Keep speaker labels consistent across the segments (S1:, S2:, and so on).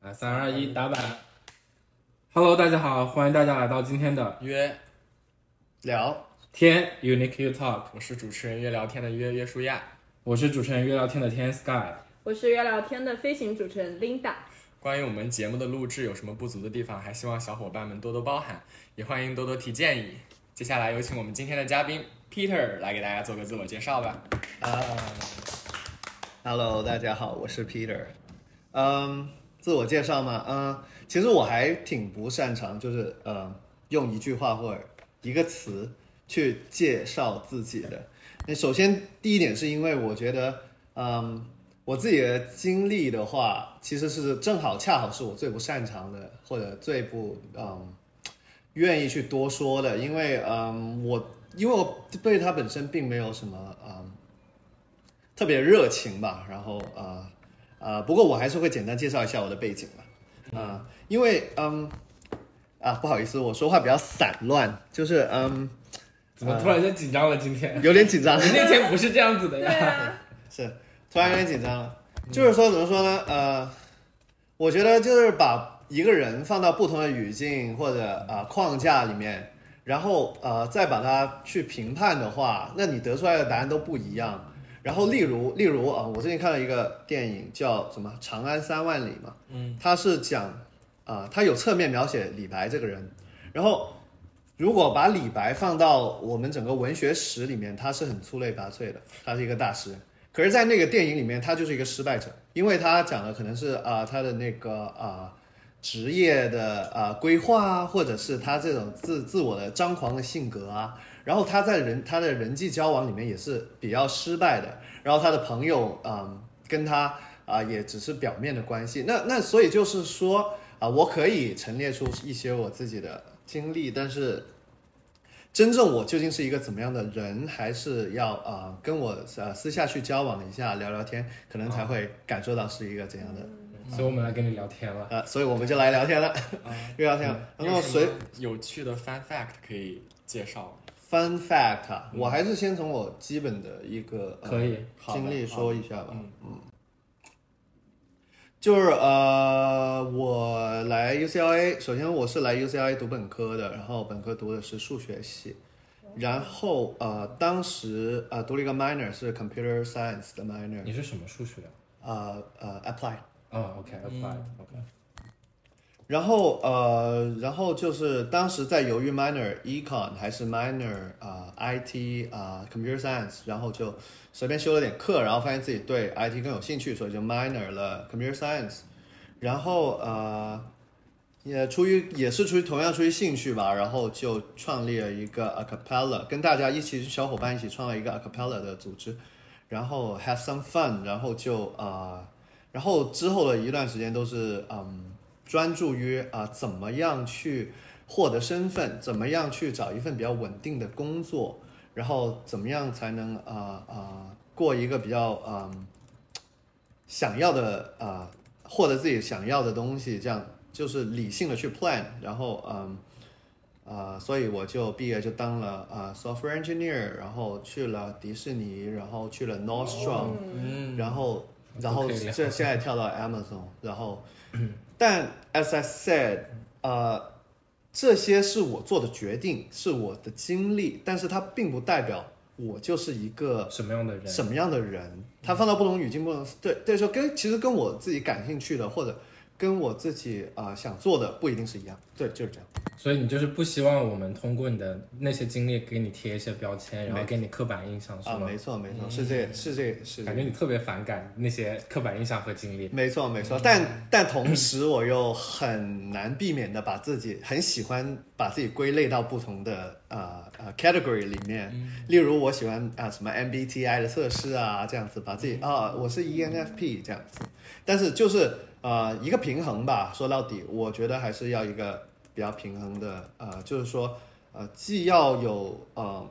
S1: 啊
S2: 来，三二一，打板。Hello，大家好，欢迎大家来到今天的
S1: 约聊，
S2: 天 Unique You Talk，
S1: 我是主持人约聊天的约约舒亚。
S2: 我是主持人约聊天的天 Sky。
S3: 我是约聊天的飞行主持人 Linda。
S1: 关于我们节目的录制有什么不足的地方，还希望小伙伴们多多包涵，也欢迎多多提建议。接下来有请我们今天的嘉宾 Peter 来给大家做个自我介绍吧。
S4: 啊，Hello，大家好，我是 Peter。嗯，自我介绍嘛，嗯，其实我还挺不擅长，就是呃，用一句话或者一个词去介绍自己的。那首先第一点是因为我觉得，嗯，我自己的经历的话，其实是正好恰好是我最不擅长的，或者最不嗯愿意去多说的，因为嗯，我因为我对它本身并没有什么嗯特别热情吧，然后啊啊、呃不过我还是会简单介绍一下我的背景吧，啊、因为嗯啊不好意思，我说话比较散乱，就是嗯
S2: 怎么突然间紧张了？今 天、
S4: 有点紧张，
S2: 你那天不是这样子的
S3: 对
S2: 呀？
S3: 啊，
S4: 是，突然有点紧张了。就是说，怎么说呢？呃，我觉得就是把一个人放到不同的语境或者啊、呃框架里面，然后呃再把它去评判的话，那你得出来的答案都不一样。然后例如例如啊、我最近看了一个电影叫什么《长安三万里》嘛，嗯，它是讲啊、它有侧面描写李白这个人，然后。如果把李白放到我们整个文学史里面，他是很出类拔萃的，他是一个大师。可是，在那个电影里面，他就是一个失败者，因为他讲的可能是啊、呃他的那个啊、呃职业的啊、呃规划啊，或者是他这种自自我的张狂的性格啊，然后他在人他的人际交往里面也是比较失败的，然后他的朋友嗯、跟他啊、也只是表面的关系，那那所以就是说啊、我可以陈列出一些我自己的经历，但是真正我究竟是一个怎么样的人，还是要啊、呃跟我呃私下去交往一下，聊聊天，可能才会感受到是一个怎样的。
S2: 所以我们来跟你聊天了。
S4: 呃，所以我们就来聊天了， 又聊天了。
S1: 你
S2: 嗯
S4: 然后
S1: 有什
S4: 随
S1: 么有趣的 fun fact 可以介绍吗？
S4: fun fact，、啊、我还是先从我基本的一个、呃、
S2: 可以
S1: 好的
S4: 经历说一下吧。
S1: 嗯
S4: 就是呃，我来 UCLA，首先我是来 UCLA 读本科的，然后本科读的是数学系，然后呃，当时呃读了一个 minor 是 computer science 的 minor，
S2: 你是什么数学？
S4: 呃呃 apply，
S2: 啊 o k a p p l i e
S1: 嗯
S2: d OK。
S4: 然后呃，然后就是当时在犹豫 minor econ 还是 minor 啊、IT 啊、computer science，然后就随便修了点课，然后发现自己对 IT 更有兴趣，所以就 minor 了 computer science。然后呃，也出于也是出于同样出于兴趣吧，然后就创立了一个 a cappella，跟大家一起小伙伴一起创了一个 a cappella 的组织，然后 have some fun，然后就呃，然后之后的一段时间都是嗯。专注于啊、怎么样去获得身份，怎么样去找一份比较稳定的工作，然后怎么样才能啊啊、过一个比较啊、想要的啊、获得自己想要的东西，这样就是理性的去 plan，然后嗯。啊、所以我就毕业就当了啊、software engineer，然后去了迪士尼，然后去了 Nordstrom，、
S1: 嗯
S4: 然后然后
S2: 都可以
S4: 这
S2: 聊
S4: 现在跳到 Amazon，然后，但 as I said，呃，这些是我做的决定，是我的经历，但是它并不代表我就是一个
S2: 什么样的人？
S4: 什么样的人，他放到不同语境、不同对对说跟其实跟我自己感兴趣的或者跟我自己啊、呃想做的不一定是一样，对，就是这样。
S2: 所以你就是不希望我们通过你的那些经历给你贴一些标签，然后
S4: 没
S2: 给你刻板印象，是
S4: 啊，
S2: 吗？
S4: 没错没错，是这是这是这
S2: 感觉你特别反感那些刻板印象和经历。嗯
S4: 没错，没错，但但同时我又很难避免的把自己很喜欢把自己归类到不同的呃呃 category 里面，
S2: 嗯
S4: 例如我喜欢啊、什么 MBTI 的测试啊这样子，把自
S2: 嗯
S4: 己啊、我是 ENFP 这样子，但是就是呃一个平衡吧，说到底，我觉得还是要一个比较平衡的呃，就是说呃既要有呃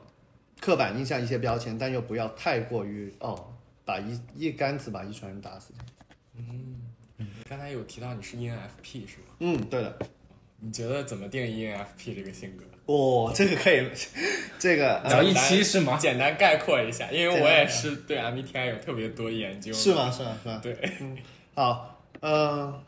S4: 刻板印象一些标签，但又不要太过于哦把一一竿子把一船人打死。
S1: 嗯刚才有提到你是 ENFP 是吗？
S4: 嗯，对的，
S1: 你觉得怎么定义 ENFP 这个性格？
S4: 哦，这个可以， 这个、呃
S2: 聊一期是吗？
S1: 简单概括一下，因为我
S4: 简单
S1: 也是对 E MBTI 有特别多研究。
S4: 是？吗？是吗？是吗？
S1: 对，
S4: 好，嗯、嗯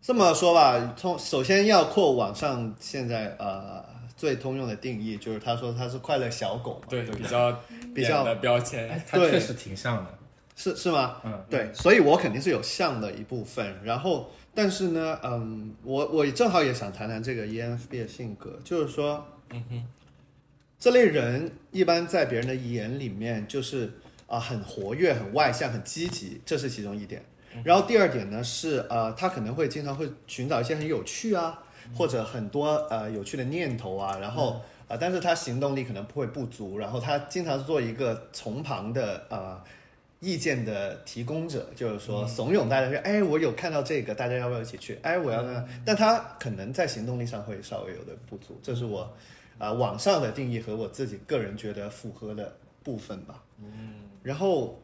S4: 这么说吧，通首先要扩网上现在呃最通用的定义，就是他说他是快乐小狗嘛，
S1: 对，
S4: 对不
S1: 比
S4: 对
S1: 较
S4: 比
S1: 点
S4: 较哎
S1: 的标签，
S2: 它
S4: 对
S2: 确实挺像的。
S4: 是是吗？
S2: 嗯，
S4: 对，所以我肯定是有像的一部分。然后，但是呢，嗯，我我正好也想谈谈这个 ENFP 的性格，就是说，
S1: 嗯哼，
S4: 这类人一般在别人的眼里面就是啊、很活跃、很外向、很积极，这是其中一点。
S1: 嗯
S4: 然后第二点呢是呃他可能会经常会寻找一些很有趣啊，
S1: 嗯
S4: 或者很多呃有趣的念头啊，然后啊、呃但是他行动力可能会不足，然后他经常做一个从旁的呃意见的提供者，就是说怂恿大家说，哎，我有看到这个，大家要不要一起去？哎，我要呢，但他可能在行动力上会稍微有点不足，这是我啊、呃网上的定义和我自己个人觉得符合的部分吧。嗯，然后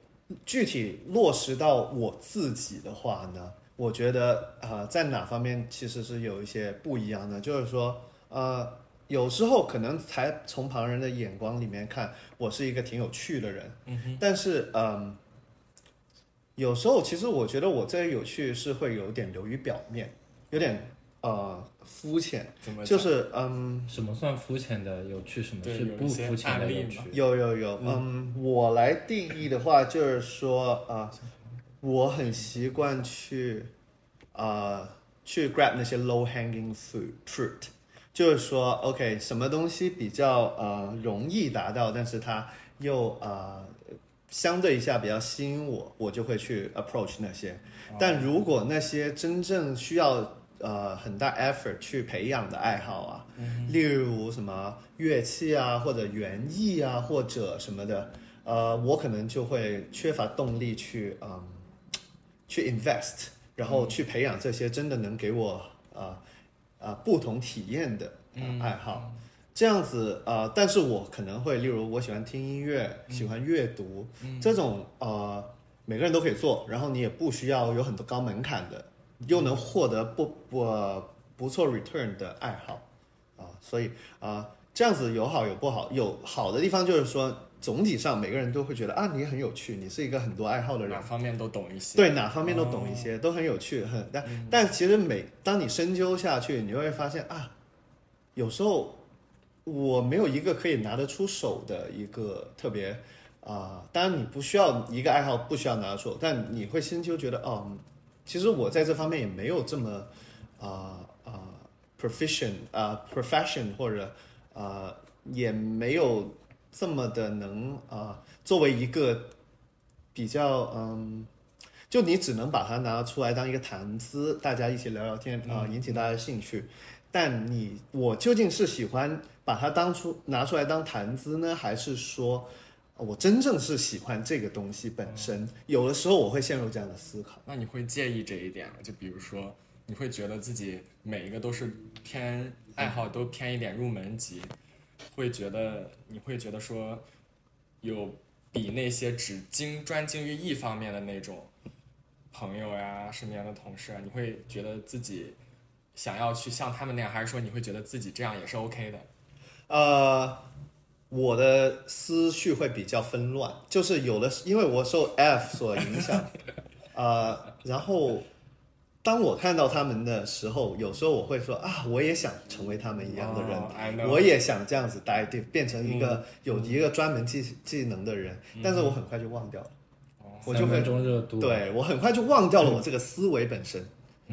S4: 具体落实到我自己的话呢，我觉得啊、呃在哪方面其实是有一些不一样的，就是说呃。有时候可能才从旁人的眼光里面看，我是一个挺有趣的人，但是嗯、有时候其实我觉得我这有趣是会有点流于表面，有点呃肤浅，
S1: 怎么
S4: 就
S1: 讲
S4: 是嗯
S2: 什么算肤浅的有趣，什么
S1: 对
S2: 是
S1: 有一
S2: 不
S1: 些
S2: 肤浅
S1: 案
S2: 的
S1: 例
S2: 有
S1: 嘛
S2: 趣？
S4: 有有有，嗯，我来定义的话就是说啊、我很习惯去啊、去 grab 那些 low hanging fruit fruit，就是说 OK 什么东西比较呃容易达到，但是它又呃相对一下比较吸引我，我就会去 approach 那些。但如果那些真正需要呃很大 effort 去培养的爱好啊，例如什么乐器啊，或者园艺啊，或者什么的，呃，我可能就会缺乏动力去嗯去 invest，然后去培养这些真的能给我啊啊、呃不同体验的、呃爱好。这样子啊、呃但是我可能会，例如我喜欢听音乐，喜欢阅读，这种呃，每个人都可以做，然后你也不需要有很多高门槛的，又能获得不不、呃不错 return 的爱好啊、所以啊、这样子有好有不好，有好的地方就是说，总体上每个人都会觉得啊，你很有趣，你是一个很多爱好的人
S1: 哪，方面都懂一些，
S4: 对哪方面都懂一些，都很有趣，很但、但其实每当你深究下去，你就会发现啊，有时候我没有一个可以拿得出手的一个特别啊、当然你不需要一个爱好不需要拿得出手，但你会深究觉得哦，其实我在这方面也没有这么啊啊、proficient 啊、profession 或者啊、也没有这么的能啊、作为一个比较嗯，就你只能把它拿出来当一个谈资，大家一起聊聊天啊、引起大家的兴趣。但你我究竟是喜欢把它当初拿出来当谈资呢，还是说呃我真正是喜欢这个东西本身？有的时候我会陷入这样的思考。
S1: 那你会介意这一点吗？就比如说，你会觉得自己每一个都是偏爱好都偏一点入门级，会觉得你会觉得说，有比那些只精专精于一方面的那种朋友呀、身边的同事啊，你会觉得自己想要去像他们那样，还是说你会觉得自己这样也是 OK 的？
S4: 呃，我的思绪会比较纷乱，就是有的，因为我受 F 所影响，呃，然后当我看到他们的时候，有时候我会说啊，我也想成为他们一样的人。
S1: 哦，I know
S4: 我也想这样子待，就变成一
S1: 嗯
S4: 个、有一个专门技技能的人，但是我很快就忘掉了，我就
S2: 三
S4: 会
S2: 分钟热度，，啊
S4: 对我很快就忘掉了
S1: 嗯
S4: 我这个思维本身，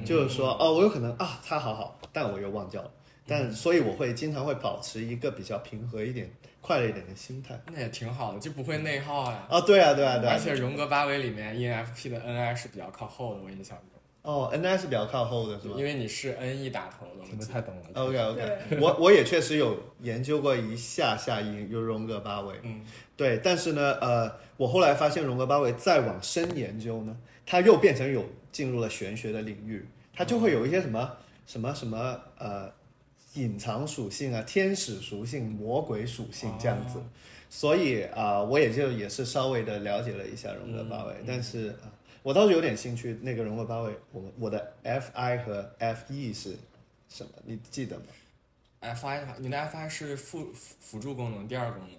S4: 就是说哦，我有可能啊，他好好，但我又忘掉了，
S1: 嗯
S4: 但所以我会经常会保持一个比较平和一点、快乐一点的心态。
S1: 那也挺好的，就不会内耗呀。
S4: 啊，对啊，对啊，对
S1: 而
S4: 啊。
S1: 且荣格八维里面 E ENFP 的 NI 是比较靠后的，我印象中，
S4: 哦，N I 是比较靠后的是吗
S1: 因为你是 NE 打头的，我
S2: 真的
S1: 记得
S2: 太懂啊了。
S4: ？OK OK，我我也确实有研究过一下下英有荣格八维，
S1: 嗯，
S4: 对，但是呢，呃，我后来发现荣格八维再往深研究呢，它又变成有进入了玄学的领域，它就会有一些什么、什么什么呃隐藏属性啊、天使属性、魔鬼属性这样子。所以啊、呃我也就也是稍微的了解了一下荣格八维，但是啊、我倒是有点兴趣那个荣格八维，我们我的 F I 和 F E 是什么？你记得吗？
S1: FI 的话，你的 FI 是辅辅助功能，第二功能，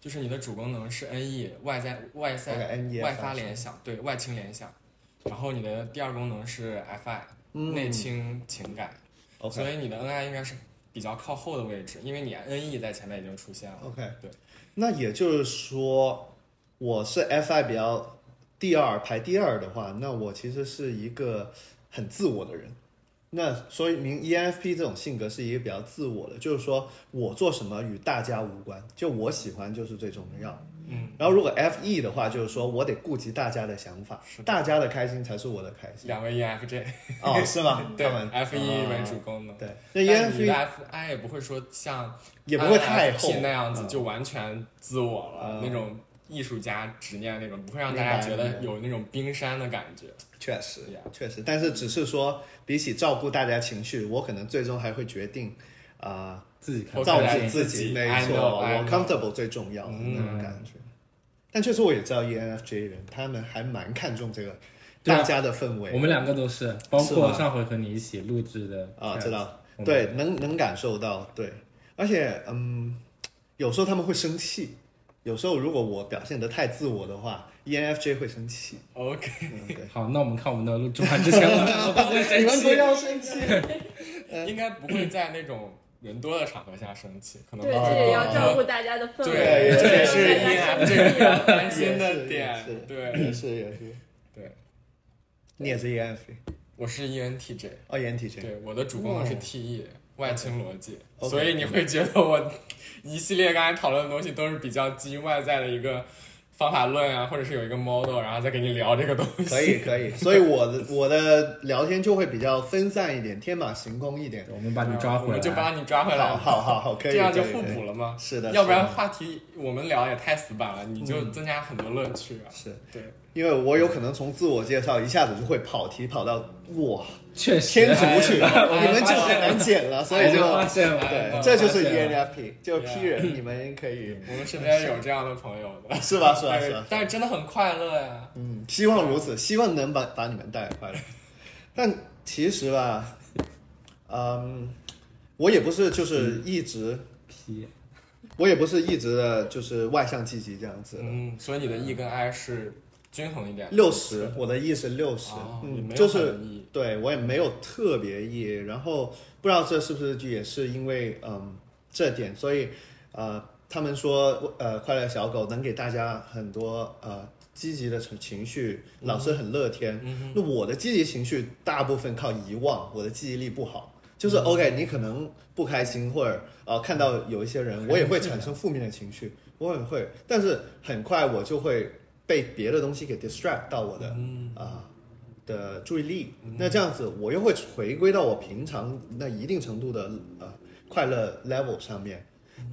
S1: 就是你的主功能是 NE 外在外在
S4: OK，NE
S1: 外发联想，对外倾联想，然后你的第二功能是 FI，内倾情感，
S4: 嗯 OK
S1: 所以你的 N I 应该是比较靠后的位置，因为你 N E 在前面已经出现了。
S4: OK，
S1: 对，
S4: 那也就是说，我是 FI 比较第二排第二的话，那我其实是一个很自我的人。那所以 E 明 ENFP 这种性格是一个比较自我的，就是说我做什么与大家无关，就我喜欢就是最重要。
S1: 嗯，
S4: 然后如果 FE 的话，就是说我得顾及大家的想法
S1: 是，的
S4: 大家的开心才是我的开心。
S1: 两位 E F J，？
S4: 哦，是吗
S1: 对
S4: 哎他们
S1: ，F E 为主
S4: 哦
S1: 功能。
S4: 对，那 E
S1: 但你的
S4: ENFP
S1: F I 也不会说像
S4: 也不会太
S1: INFP
S4: 厚
S1: 呃那样子
S4: 嗯
S1: 就完全自我
S4: 嗯
S1: 了，那种艺术家执念那种，不会让大
S4: 明白
S1: 家觉
S4: 明
S1: 得
S4: 白
S1: 有那种冰山的感觉。
S4: 确实
S1: Yeah.，
S4: 确实，但是只是说，比起照顾大家情绪，我可能最终还会决定，啊、
S2: 自己看
S1: 我。
S4: 照
S1: 看来
S4: 顾自
S1: 自己
S4: 己，没
S1: I
S4: 错，
S1: know,
S4: 我
S1: I know
S4: comfortable 最重要
S1: 嗯
S4: 那种感觉。但确实我也知道 E ENFJ 人，他们还蛮看重这个
S2: 对啊
S4: 大家的氛围
S2: 我们两个都是，包
S4: 是
S2: 括
S4: 吗
S2: 上回和你一起录制的
S4: 啊，知道，
S2: 我们，
S4: 对，能能感受到，对，而且嗯，有时候他们会生气，有时候如果我表现得太自我的话，ENFJ ，E 会生气，
S1: OK，
S4: 嗯，对
S2: 好，那我们看我们的录制完之前，我们会不会生
S4: 你们不
S2: 气？
S4: 要生气，
S1: 应该不会在那种人多的场合下生气，可能
S3: 对，
S1: 包括
S3: 这也要照顾大家的氛围，
S1: 对，
S4: 对
S1: 这也
S4: 也
S1: 是
S4: 是
S3: 大家的氛围
S1: 个 担心的
S4: 也 是
S1: 点。对
S4: 也是也是，
S1: 对，
S4: 你也是 ENFJ。
S1: 我是 E ENTJ，
S4: 哦，言体
S1: 对，我的主攻是 TE 外倾逻辑，
S4: 嗯 OK
S1: 所以你会觉得我一系列刚才讨论的东西都是比较基于外在的一个方法论啊，或者是有一个 model，然后再给你聊这个东西。
S4: 可以可以，所以我的我的聊天就会比较分散一点，天马行空一点。
S2: 我们把你抓
S1: 我
S2: 回
S1: 们就
S2: 来。
S1: 把你抓回来
S4: 好，好好好，可以，
S1: 这样就
S4: 可以
S1: 互
S4: 可以
S1: 补了嘛。
S4: 是的，
S1: 要不然
S4: 是的嗯
S1: 话题我们聊也太死板了，你就增加很多乐趣啊。
S4: 是
S1: 对，
S4: 因为我有可能从自我介绍一下子就会跑题，跑到哇
S2: 确实，
S4: 天竺去，
S1: 哎
S4: 你们就很难剪了，所以就
S2: 我发现了，
S4: 对
S1: 哎，
S4: 这就是
S2: 我发现
S4: ENFP，就是 P 人，你们可以
S1: 我们身边有这样的朋友的，
S4: 是吧？是吧？
S1: 但
S4: 是啊
S1: 是
S4: 吧？
S1: 但是真的很快乐呀。
S4: 嗯，希望如此，希望能把把你们带来快 乐。但其实吧，嗯，我也不是
S1: 嗯
S4: 就是一直。
S2: P
S4: 我也不是一直的就是外向积极这样子，
S1: 嗯，所以你的 E 跟 I 是均衡一点的，
S4: 六十，我的 E 是六十
S1: 哦，也
S4: 嗯，
S1: 没有
S4: 就是
S1: 很 E
S4: 对我也没有特别 E，然后不知道这是不是也是因为嗯这点，所以呃他们说呃快乐小狗能给大家很多呃积极的情情绪，老师很乐天，那我的积极情绪大部分靠遗忘，我的记忆力不好。就是 OK，你可能不开心，或者呃看到有一些人，我也会产生负面的情绪，我也会，但是很快我就会被别的东西给 distract 到我的
S1: 嗯
S4: 啊、的注意力。那这样子，我又会回归到我平常那一定程度的呃快乐 level 上面。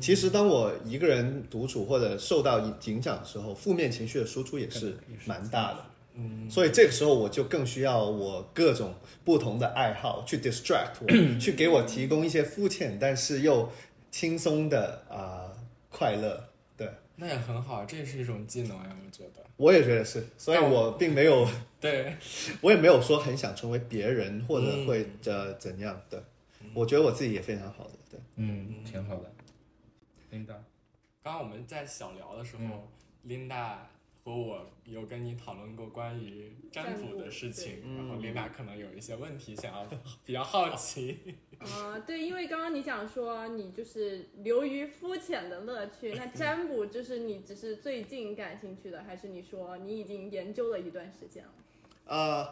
S4: 其实，当我一个人独处或者受到影响的时候，负面情绪的输出也是蛮大的。
S1: 嗯，
S4: 所以这个时候我就更需要我各种不同的爱好去 distract 我，去给我提供一些肤浅但是又轻松的啊、快乐。对，
S1: 那也很好，这也是一种技能呀，我觉得。
S4: 我也觉得是，所以
S1: 但
S4: 我并没有，
S1: 对，
S4: 我也没有说很想成为别人或者会呃怎样的。我觉得我自己也非常好的，对，
S2: 嗯，挺好的。领导，
S1: 刚刚我们在小聊的时候、
S2: 嗯
S1: l i n d a 和我有跟你讨论过关于占卜的事
S4: 占
S1: 情，
S4: 卜
S1: 然后
S4: 对
S1: Linda 可能有一些问题想要 比较好奇，
S3: 啊，对，因为刚刚你讲说你就是流于肤浅的乐 趣，那占卜就是你只是最近感兴趣的，还是你说你已经研究了一段时间了？
S4: 呃，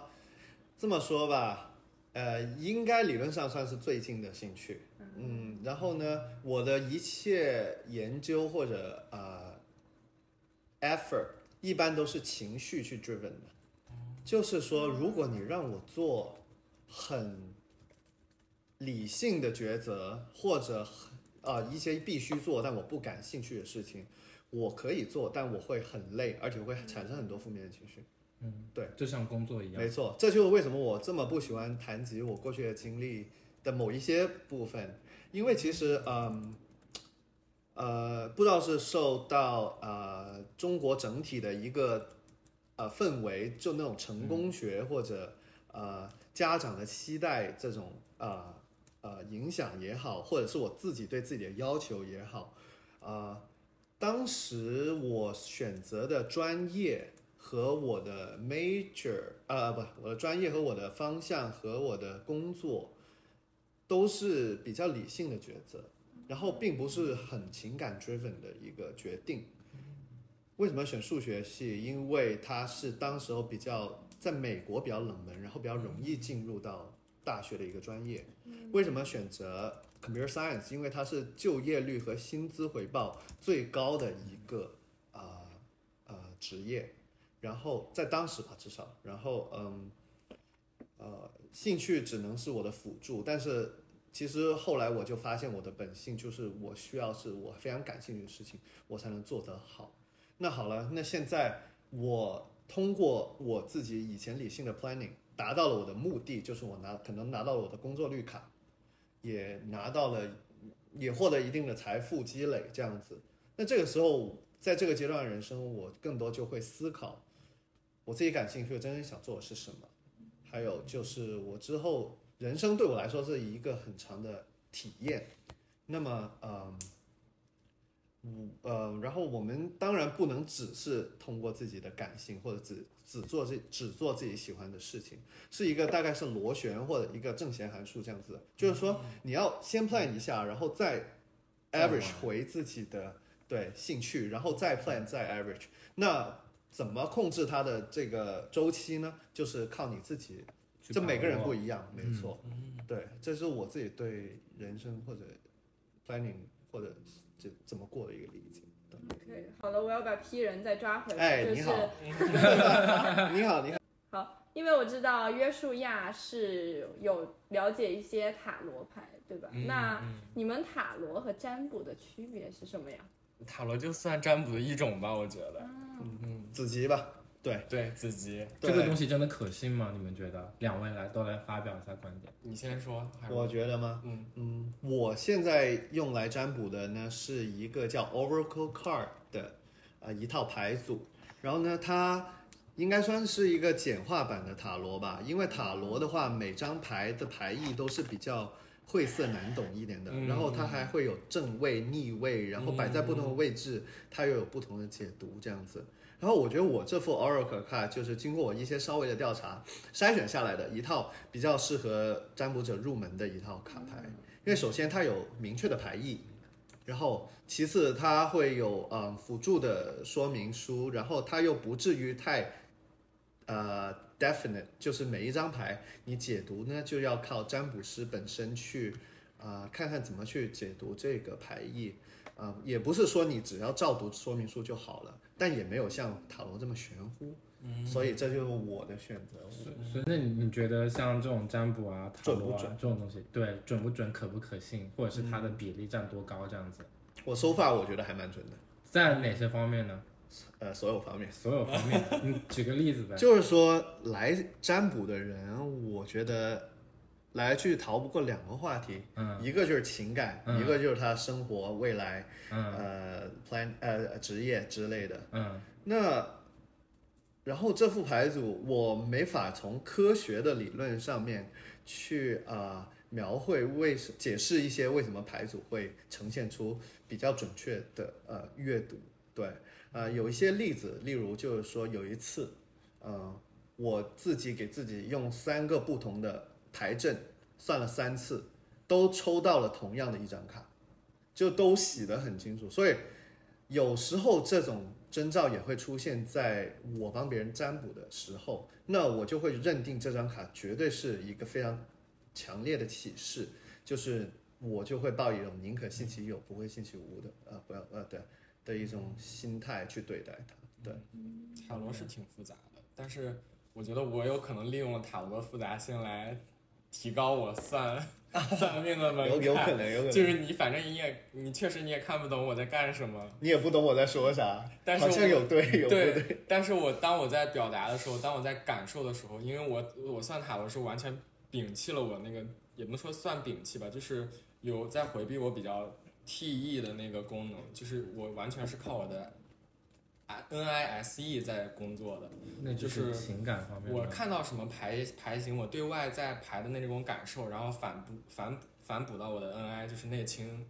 S4: 这么说吧，呃，应该理论上算是最近的兴趣，嗯，然后呢，我的一切研究或者呃 effort 一般都是情绪去 driven 的，就是说，如果你让我做很理性的抉择，或者很呃一些必须做但我不感兴趣的事情，我可以做，但我会很累，而且会产生很多负面的情绪。
S2: 嗯，
S4: 对，
S2: 就像工作一样
S4: 没，错，这就是为什么我这么不喜欢谈及我过去的经历的某一些部分，因为其实，嗯，呃，不知道是受到呃中国整体的一个呃氛围，就那种成功学或者呃家长的期待这种呃呃影响也好，或者是我自己对自己的要求也好，呃，当时我选择的专业。和和我的 major 呃不，我的专业和我的方向和我的工作都是比较理性的抉择，然后并不是很情感 driven 的一个决定。为什么选数学系？因为它是当时候比较在美国比较冷门，然后比较容易进入到大学的一个专业。为什么选择 computer science？因为它是就业率和薪资回报最高的一个啊呃职业，然后在当时吧至少，然后嗯呃兴趣只能是我的辅助，但是其实后来我就发现我的本性就是我需要是我非常感兴趣的事情，我才能做得好。那好了，那现在我通过我自己以前理性的 planning 达到了我的目的，就是我拿可能拿到了我的工作绿卡，也拿到了也获得一定的财富积累这样子。那这个时候，在这个阶段的人生，我更多就会思考我自己感兴趣、真正想做的是什么，还有就是我之后人生对我来说是一个很长的体验。那么，嗯。嗯呃，然后我们当然不能只是通过自己的感性，或者只只做这只做自己喜欢的事情，是一个大概是螺旋或者一个正弦函数这样子。就是说，你要先 plan 一下，然后再
S1: 再玩
S4: average 回自己的对兴趣，然后再 plan 再 average。那怎么控制它的这个周期呢？就是靠你自己，
S2: 去
S4: 这
S2: 把
S4: 每个人
S2: 握
S4: 不一样，没
S2: 嗯
S4: 错。对，这是我自己对人生或者 planning 或者这怎么过的一个理解。
S3: OK，好了，我要把 P 人再抓回来。
S4: 哎
S3: 就是
S4: 你 好你好，你好，
S3: 好，因为我知道约书亚是有了解一些塔罗牌，对吧？
S1: 嗯
S3: 那
S1: 嗯
S3: 你们塔罗和占卜的区别是什么呀？
S1: 塔罗就算占卜的一种吧，我觉得。
S4: 子吉吧。对，
S1: 对，子吉，
S2: 这个东
S4: 西，
S2: 西真的可信吗？你们觉得？两位来都来发表一下观点。
S1: 你先说。还是
S4: 我觉得吗？
S1: 嗯
S4: 嗯，我现在用来占卜的呢是一个叫 Oracle Card 的呃一套牌组，然后呢它。应该算是一个简化版的塔罗吧，因为塔罗的话，每张牌的牌意都是比较晦涩难懂一点的，
S1: 嗯
S4: 然后它还会有正位、逆位，然后摆在不同的位置，它又有不同的解读这样子。然后我觉得我这副 Oracle Card 就是经过我一些稍微的调查，筛选下来的一套比较适合占卜者入门的一套卡牌，因为首先它有明确的牌意，然后其次它会有嗯辅助的说明书，然后它又不至于太呃 definite，就是每一张牌你解读呢就要靠占卜师本身去啊、呃看看怎么去解读这个牌意。啊、也不是说你只要照读说明书就好了，但也没有像塔罗这么玄乎，所以这就是我的选择。
S2: 所所以，那你你觉得像这种占卜啊、塔
S4: 准不
S2: 罗啊
S4: 准
S2: 这种东西，对准不准、可不可信，或者是它的比例占多高这样子，
S4: 我手法我觉得还蛮准的，
S2: 在哪些方面呢？哎
S4: 呃，所有方面。
S2: 所有方 面，你举个例子呗。
S4: 就是说，来占卜的人，我觉得来去逃不过两个话题，
S2: 嗯
S4: 一个就是情感，
S2: 嗯
S4: 一个就是他生活未来，
S2: 嗯
S4: 呃，plan 呃职业之类的。
S2: 嗯
S4: 那然后这副牌组，我没法从科学的理论上面去啊、呃描绘为什解释一些为什么牌组会呈现出比较准确的呃阅读。对，呃，有一些例子，例如就是说有一次，呃，我自己给自己用三个不同的牌阵算了三次，都抽到了同样的一张卡，就都洗得很清楚，所以。有时候这种征兆也会出现在我帮别人占卜的时候，那我就会认定这张卡绝对是一个非常强烈的启示，就是我就会抱一种宁可信其有，不会信其无的，呃，不要呃，对的一种心态去对待它。对，
S1: 塔罗是挺复杂的，但是我觉得我有可能利用了塔罗的复杂性来提高我 算算命的门槛。
S4: 有有可能，有可能，
S1: 就是你，反正你也，你确实你也看不懂我在干什么。
S4: 你也不懂我在说啥，
S1: 但是
S4: 好像
S1: 我
S4: 有对有不对，
S1: 对，但是我当我在表达的时候，当我在感受的时候，因为我我算塔罗是完全摒弃了我那个，也不能说算摒弃吧，就是有在回避我比较 TE 的那个功能，就是我完全是靠我的啊 NISE E 在工作的。
S2: 那就
S1: 就是
S2: 是情感方面吗。
S1: 我看到什么牌牌型，我对外在排的那种感受，然后反补反反补到我的 NI，就是内倾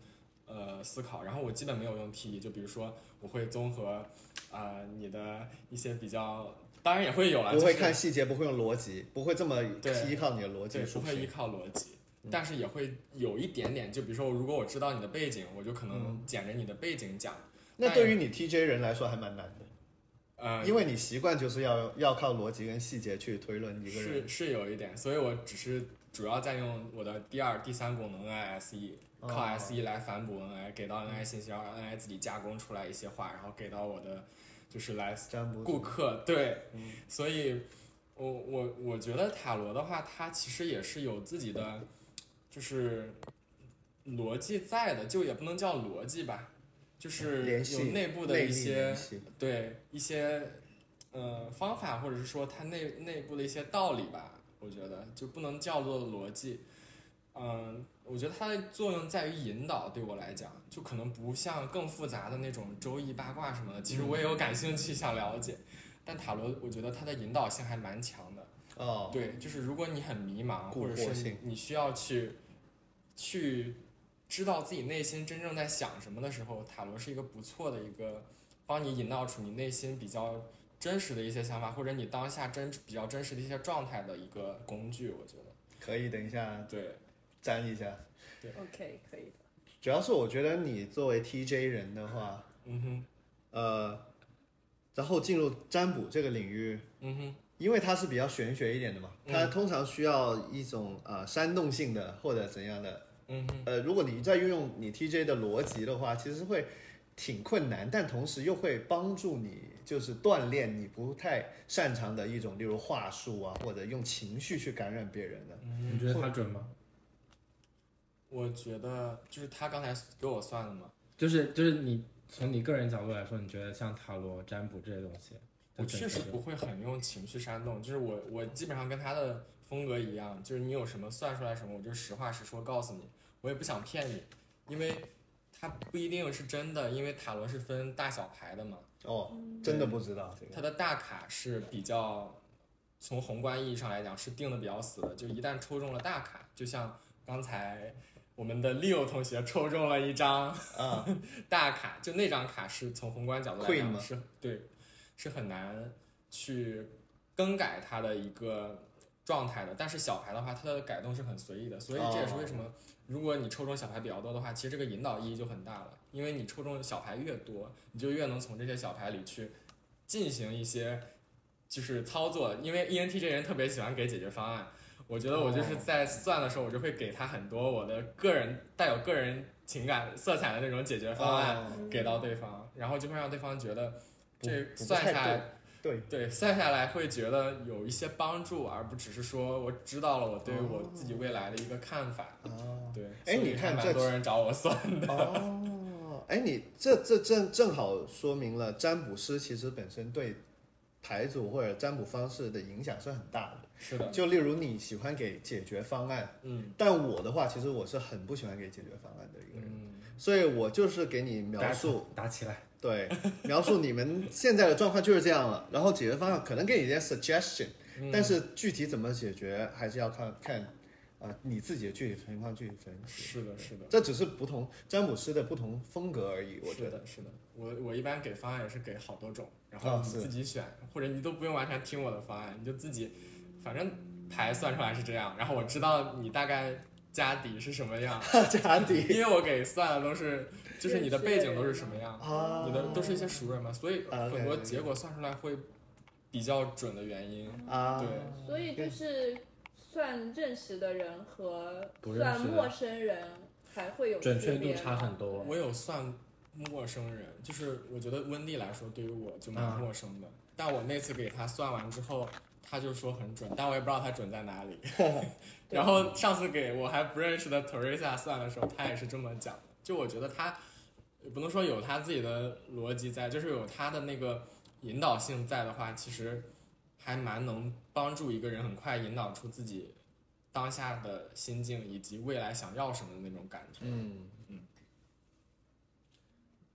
S1: 呃思考。然后我基本没有用 TE，就比如说我会综合啊、你的一些比较，当然也会有了，
S4: 不会
S1: 就是
S4: 看细节，不会用逻辑，不会这么
S1: 对
S4: 依靠你的逻辑
S1: 对，
S4: 数
S1: 不会依
S4: 学。
S1: 靠逻辑，
S4: 嗯
S1: 但是也会有一点点，就比如说，如果我知道你的背景，我就可
S4: 嗯
S1: 能捡着你的背景讲。
S4: 那对于你 TJ 人来说还蛮难的，
S1: 呃，
S4: 因为你习惯就是要要靠逻辑跟细节去推论一个人。
S1: 是是有一点，所以我只是主要在用我的第二、第三功能 NI SE，
S4: 哦
S1: 靠 SE 来反哺 NI，给到 NI 信息，让 NI 自己加工出来一些话，然后给到我的就是来
S4: 占卜
S1: 顾
S4: 组
S1: 客。对，
S4: 嗯
S1: 所以我我我觉得塔罗的话，它其实也是有自己的就是逻辑在的，就也不能叫逻辑吧，就是
S4: 联系
S1: 有内部的
S4: 内
S1: 一
S4: 力
S1: 些
S4: 联系
S1: 对一些呃方法，或者是说它内内部的一些道理吧，我觉得就不能叫做逻辑。嗯，我觉得它的作用在于引导，对我来讲，就可能不像更复杂的那种周易八卦什么的，其实我也有感兴趣想了解，但塔罗我觉得它的引导性还蛮强的。
S4: 哦，
S1: 对，就是如果你很迷茫，
S4: 蛊
S1: 或者
S4: 惑
S1: 是
S4: 性
S1: 你你需要去去知道自己内心真正在想什么的时候，塔罗是一个不错的一个帮你引导出你内心比较真实的一些想法，或者你当下真比较真实的一些状态的一个工具。我觉得，
S4: 可以等一下
S1: 对，
S4: 粘一下。
S3: OK，可以的。
S4: 主要是我觉得你作为 TJ 人的话，
S1: 嗯哼，
S4: 呃，然后进入占卜这个领域，
S1: 嗯哼，嗯
S4: 因为它是比较玄学一点的嘛，它通常需要一种呃煽动性的或者怎样的。
S1: 嗯哼，
S4: 呃，如果你在运用你 TJ 的逻辑的话，其实会挺困难，但同时又会帮助你，就是锻炼你不太擅长的一种，例如话术啊，或者用情绪去感染别人的。
S1: 嗯
S2: 你觉得他准吗？
S1: 我觉得就是他刚才给我算的嘛，
S2: 就是就是你从你个人角度来说，你觉得像塔罗、占卜这些东西，它
S1: 我
S2: 准
S1: 确实
S2: 确
S1: 不会很用情绪煽动，就是我我基本上跟他的风格一样，就是你有什么算出来什么，我就实话实说告诉你，我也不想骗你，因为它不一定是真的，因为塔罗是分大小牌的嘛，
S4: 哦，真的不知道这个。
S1: 它的大卡是比较从宏观意义上来讲是定的比较死的，就一旦抽中了大卡，就像刚才我们的 Leo 同学抽中了一张
S4: 啊
S1: 大卡，就那张卡是从宏观角度来
S4: Queen 吗
S1: 讲是对，是很难去更改它的一个状态的。但是小牌的话，它的改动是很随意的，所以这也是为什么
S4: 哦
S1: 如果你抽中小牌比较多的话，其实这个引导意义就很大了，因为你抽中小牌越多，你就越能从这些小牌里去进行一些就是操作，因为 E ENTJ 人特别喜欢给解决方案。我觉得我
S4: 哦
S1: 就是在算的时候，我就会给他很多我的个人带有个人情感色彩的那种解决方案
S4: 哦
S1: 给到对方，然后就会让对方觉得
S4: 不
S1: 这
S4: 不
S1: 算
S4: 太
S1: 下来
S4: 对，
S1: 对，算下来会觉得有一些帮助，而不只是说我知道了我对我自己未来的一个看法。
S4: 哦，
S1: 对，
S4: 哎
S1: 所以
S4: 你看
S1: 还
S4: 这
S1: 蛮多人找我算的。
S4: 哦，哎，你这这正正好说明了占卜师其实本身对牌组或者占卜方式的影响是很大
S1: 是
S4: 的。
S1: 的，
S4: 就例如你喜欢给解决方案，
S1: 嗯
S4: 但我的话，其实我是很不喜欢给解决方案的一个人，
S1: 嗯，
S4: 所以我就是给你描
S2: 打
S4: 述，
S2: 打起来，
S4: 对，描述你们现在的状况就是这样了，然后解决方案可能给你一些 suggestion，、但
S1: 嗯
S4: 是具体怎么解决还是要看看啊、呃你自己的具体情况具体分析。
S1: 是的，是的。
S4: 这只是不同占卜师的不同风格而已，我觉
S1: 是
S4: 得。
S1: 的，是的，我我一般给方案也是给好多种，然
S4: 啊
S1: 后你
S4: 是
S1: 自己选，或者你都不用完全听我的方案，你就自己，反正牌算出来是这样，然后我知道你大概家底是什么样，
S4: 家底
S1: 因为我给算的都是，就是你的背景都是什么样，
S4: 啊，
S1: 你的都是一些熟人嘛，所以
S4: 啊
S1: 很多
S4: 对对
S1: 结果算出来会比较准的原因。
S4: 啊，
S1: 对
S3: 所以就是算认识的人和
S2: 不认识
S3: 算
S2: 的
S3: 陌生人还会有
S2: 准
S3: 区
S2: 确度
S3: 别
S2: 差很多。
S1: 我有算陌生人，就是我觉得温蒂来说对于我就蛮陌生的，但我那次给他算完之后，他就说很准，但我也不知道他准在哪里。然后上次给我还不认识的 Teresa 算的时候，他也是这么讲的。就我觉得他也不能说有他自己的逻辑在，就是有他的那个引导性在的话，其实还蛮能帮助一个人很快引导出自己当下的心境以及未来想要什么的那种感觉。
S4: 嗯，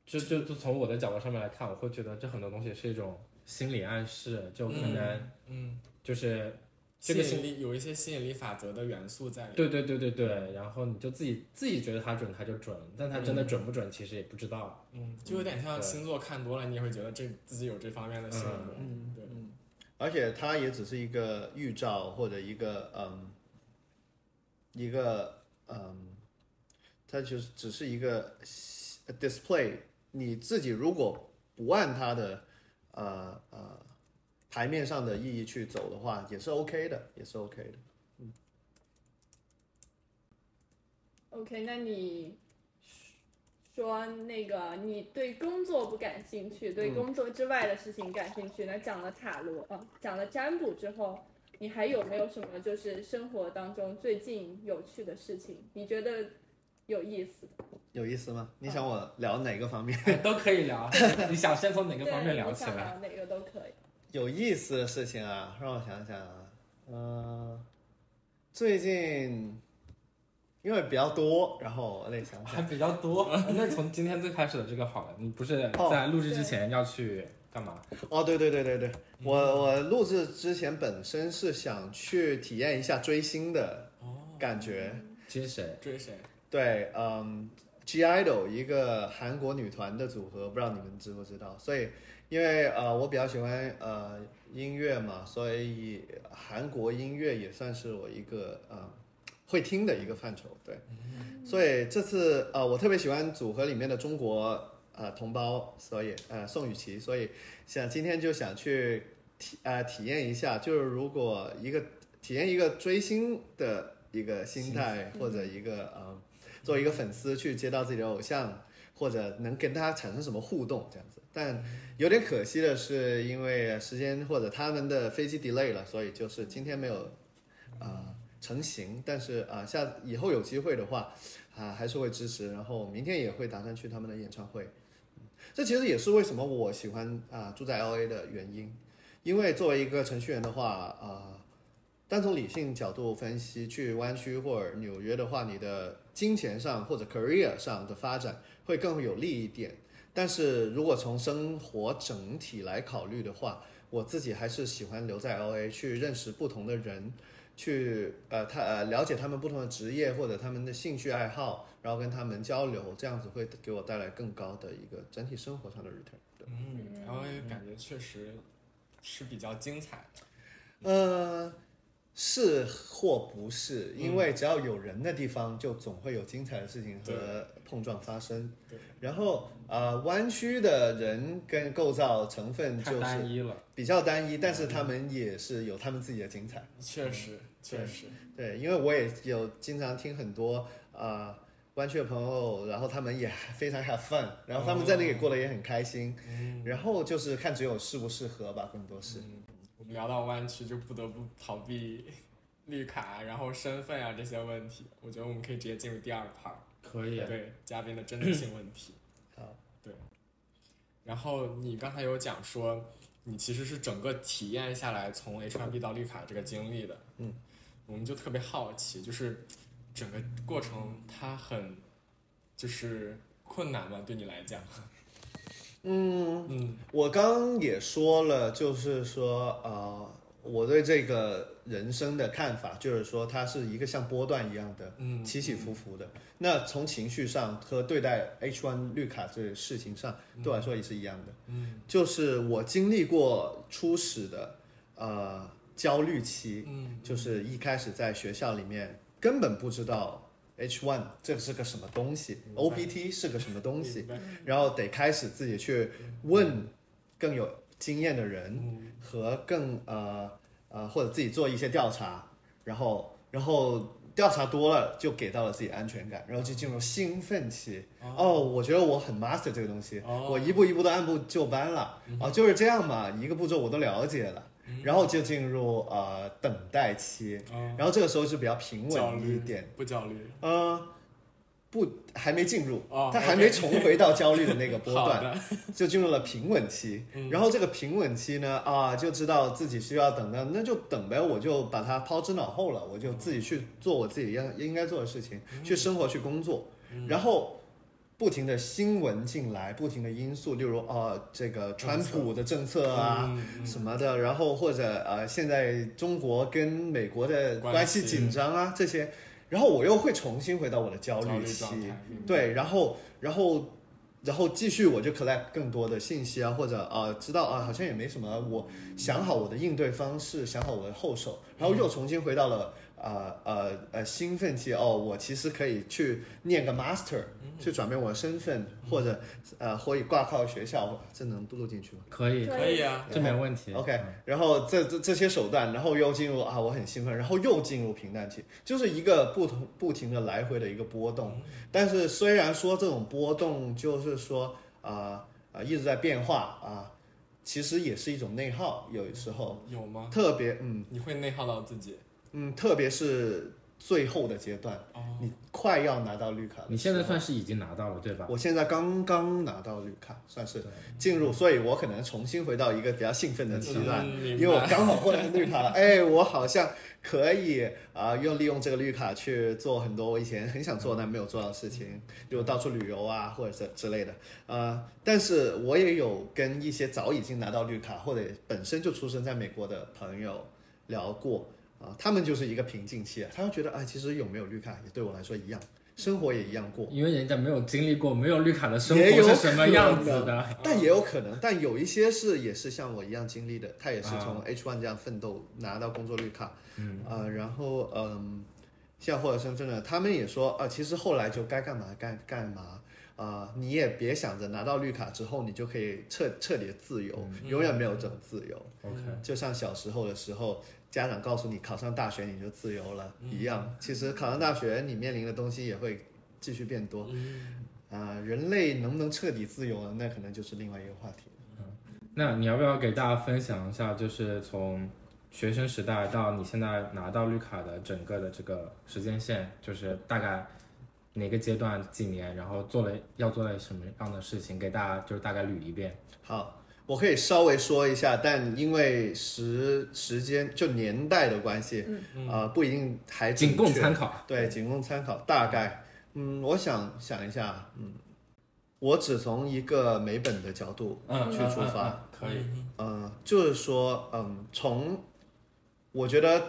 S2: 就就就从我的角度上面来看，我会觉得这很多东西是一种心理暗示，就可能
S1: 嗯
S2: 就是这个
S1: 吸引力有一些吸引力法则的元素在里面。
S2: 对对对对对，然后你就自己自己觉得它准它就准，但它真的准不准其实也不知道。
S1: 嗯，就有点像
S2: 对
S1: 星座看多了，你也会觉得这自己有这方面的性格。
S4: 嗯
S1: 对，
S4: 而且它也只是一个预兆或者一个嗯，一个嗯，它就是只是一个呃 display。你自己如果不按它的呃呃牌面上的意义去走的话，也是 OK 的，也是 OK 的。
S3: OK，那你说那个你对工作不感兴趣，对工作之外的事情感兴趣？那讲了塔罗，呃，讲了占卜之后，你还有没有什么就是生活当中最近有趣的事情？你觉得有意思的？
S4: 有意思吗？你想我聊哪个方面？
S2: 哎都可以聊，啊 你想先从哪个方面
S3: 对
S2: 聊
S3: 你
S2: 起
S3: 想
S2: 来？
S3: 聊哪个都可以。
S4: 有意思的事情啊，让我想想啊，呃，最近因为比较多，然后我得想想
S2: 还。比较多。 那从今天最开始的这个好了，你不是在录制之前要去干嘛？
S4: 哦，对对对对对，我我录制之前本身是想去体验一下追星的
S1: 哦，
S4: 感觉，
S2: 其实谁？
S1: 追谁？
S4: 对，嗯，G IDOL 一个韩国女团的组合，不知道你们知不知道？所以，因为呃，我比较喜欢呃音乐嘛，所以韩国音乐也算是我一个呃会听的一个范畴。对，所以这次呃，我特别喜欢组合里面的中国呃同胞，所以呃宋雨琦，所以想今天就想去体呃体验一下，就是如果一个体验一个追星的一个心态或者一个呃作为一个粉丝去接到自己的偶像，或者能跟他产生什么互动这样子。但有点可惜的是，因为时间或者他们的飞机 delay 了，所以就是今天没有啊、呃成型。但是啊、呃下以后有机会的话啊、还是会支持。然后明天也会打算去他们的演唱会。这其实也是为什么我喜欢啊、住在 LA 的原因，因为作为一个程序员的话啊。呃单从理性角度分析，去湾区或者纽约的话，你的金钱上或者 career 上的发展会更有利一点。但是如果从生活整体来考虑的话，我自己还是喜欢留在 LA 去认识不同的人，去呃他呃了解他们不同的职业或者他们的兴趣爱好，然后跟他们交流，这样子会给我带来更高的一个整体生活上的 return。对
S1: 嗯，然后感觉确实是比较精彩的。
S4: 呃，是或不是，因
S1: 嗯
S4: 为只要有人的地方，就总会有精彩的事情和碰撞发生。
S1: 对，
S4: 然后呃，湾区的人跟构造成分
S2: 太
S4: 就是
S2: 单一了。
S4: 比较单一，但
S1: 嗯
S4: 是他们也是有他们自己的精彩。
S2: 嗯
S1: 确实，确实，
S4: 对，因为我也有经常听很多呃湾区的朋友，然后他们也非常 have fun，然后他们在那里过得也很开心。
S1: 哦嗯，
S4: 然后就是看只有适不适合吧，更多是。
S1: 我们聊到湾区就不得不逃避 绿卡，然后身份啊这些问题。我觉得我们可以直接进入第二 part，
S2: 可以，
S1: 对嘉宾的针对性问题。
S4: 嗯好，
S1: 然后你刚才有讲说，你其实是整个体验下来从 H1B 到绿卡这个经历的，
S4: 嗯，
S1: 我们就特别好奇，就是整个过程它很就是困难嘛，对你来讲，嗯嗯
S4: 我刚也说了，就是说，呃，我对这个人生的看法，就是说，它是一个像波段一样的
S1: 嗯，
S4: 起起伏伏的。那从情绪上和对待 H1 绿卡这个事情上，对我来说也是一样的。
S1: 嗯
S4: 就是我经历过初始的呃焦虑期，
S1: 嗯，
S4: 就是一开始在学校里面根本不知道 H1 这是个什么东西
S1: 明白
S4: ，OPT 是个什么东西
S1: 明，白
S4: 然后得开始自己去问更有经验的人
S1: 嗯
S4: 和更呃呃或者自己做一些调查，然后然后调查多了就给到了自己安全感，然后就进入兴奋期。哦，我觉得我很 master 这个东西，
S1: 哦嗯
S4: 我一步一步的按部就班了啊，就是这样嘛，一个步骤我都了解了，然后就进入呃等待期，
S1: 哦
S4: 然后这个时候就比较平
S1: 焦
S4: 稳
S1: 虑
S4: 一点，
S1: 不焦虑，
S4: 呃，不还没进入
S1: 哦，
S4: 他还
S1: OK
S4: 没重回到焦虑的那个波
S1: 好
S4: 段，
S1: 的，嗯
S4: 就进入了平稳期。然后这个平稳期呢，啊，就知道自己需要等的，那就等呗，我就把它抛之脑后了，
S1: 嗯
S4: 我就自己去做我自己应应该做的事情，去生活，去工作。然后不停的新闻进来，不停的因素，例如呃这个川普的政策啊
S1: 嗯嗯
S4: 什么的，然后或者呃现在中国跟美国的
S1: 关
S4: 关系
S1: 系
S4: 紧张啊这些，然后我又会重新回到我的焦
S1: 焦
S4: 虑
S1: 虑
S4: 期，
S1: 状态，嗯
S4: 对，然后然后然后继续我就 collect 更多的信息啊，或者啊、呃知道啊好像也没什么，我想好我的应对方式，想好我的后手，然后又重新回到了呃呃呃兴奋期哦，我其实可以去念
S1: 嗯
S4: 个 master，去转变我的身份，或者呃或以挂靠学校，这能录进去吗？
S2: 可以，
S1: 可以啊，
S2: 这没问题。
S4: OK，然后这这这些手段，然后又进入啊，我很兴奋，然后又进入平淡期，就是一个不同不停的来回的一个波
S2: 嗯
S4: 动。但是虽然说这种波动就是说啊啊、呃一直在变化啊、其实也是一种内耗，有时候
S1: 有吗？
S4: 特别嗯
S1: 你会内耗到自己？
S4: 嗯，特别是最后的阶段，
S1: 哦，
S4: 你快要拿到绿卡了，
S2: 你现在算是已经拿到了，对吧？
S4: 我现在刚刚拿到绿卡，算是
S2: 对
S4: 进入，所以我可能重新回到一个比较兴奋的期段，
S1: 嗯明白
S4: 因为我刚好获得绿卡了。 哎，我好像可以啊、用利用这个绿卡去做很多我以前很想做但没有做到的事
S1: 嗯
S4: 情，比如到处旅游啊，或者是之类的。呃，但是我也有跟一些早已经拿到绿卡或者本身就出生在美国的朋友聊过啊、他们就是一个瓶颈期，啊，他们觉得啊、其实有没有绿卡也对我来说一样，生活也一样过。
S2: 因为人家没有经历过没有绿卡的生活
S4: 也有
S2: 是什么样
S4: 可能
S2: 子的。
S4: 但也有可能，但有一些是也是像我一样经历的，他也是
S2: 啊
S4: 从 H1 这样奋斗拿到工作绿卡，嗯，呃，然后嗯，像获得身份了，他们也说啊、其实后来就该干嘛干干嘛。啊、你也别想着拿到绿卡之后，你就可以彻彻底自由，永远没有这种自由。
S2: OK，
S4: 就像小时候的时候，家长告诉你考上大学你就自由了、
S2: 嗯
S4: 一样。其实考上大学，你面临的东西也会继续变多。
S2: 嗯
S4: 啊、人类能不能彻底自由呢？那可能就是另外一个话题。
S2: 那你要不要给大家分享一下，就是从学生时代到你现在拿到绿卡的整个的这个时间线，就是大概哪个阶段、几年，然后做了要做了什么样的事情，给大家就是大概捋一遍。
S4: 好，我可以稍微说一下，但因为时时间就年代的关系，啊、不一定还
S2: 仅供
S4: 准确
S2: 参考。
S4: 对，仅供参考，大概，嗯，我想想一下，嗯，我只从一个美本的角度
S1: 嗯，
S4: 去
S1: 嗯
S4: 出发，，
S1: 嗯嗯可以，
S4: 嗯，就是说，嗯，从我觉得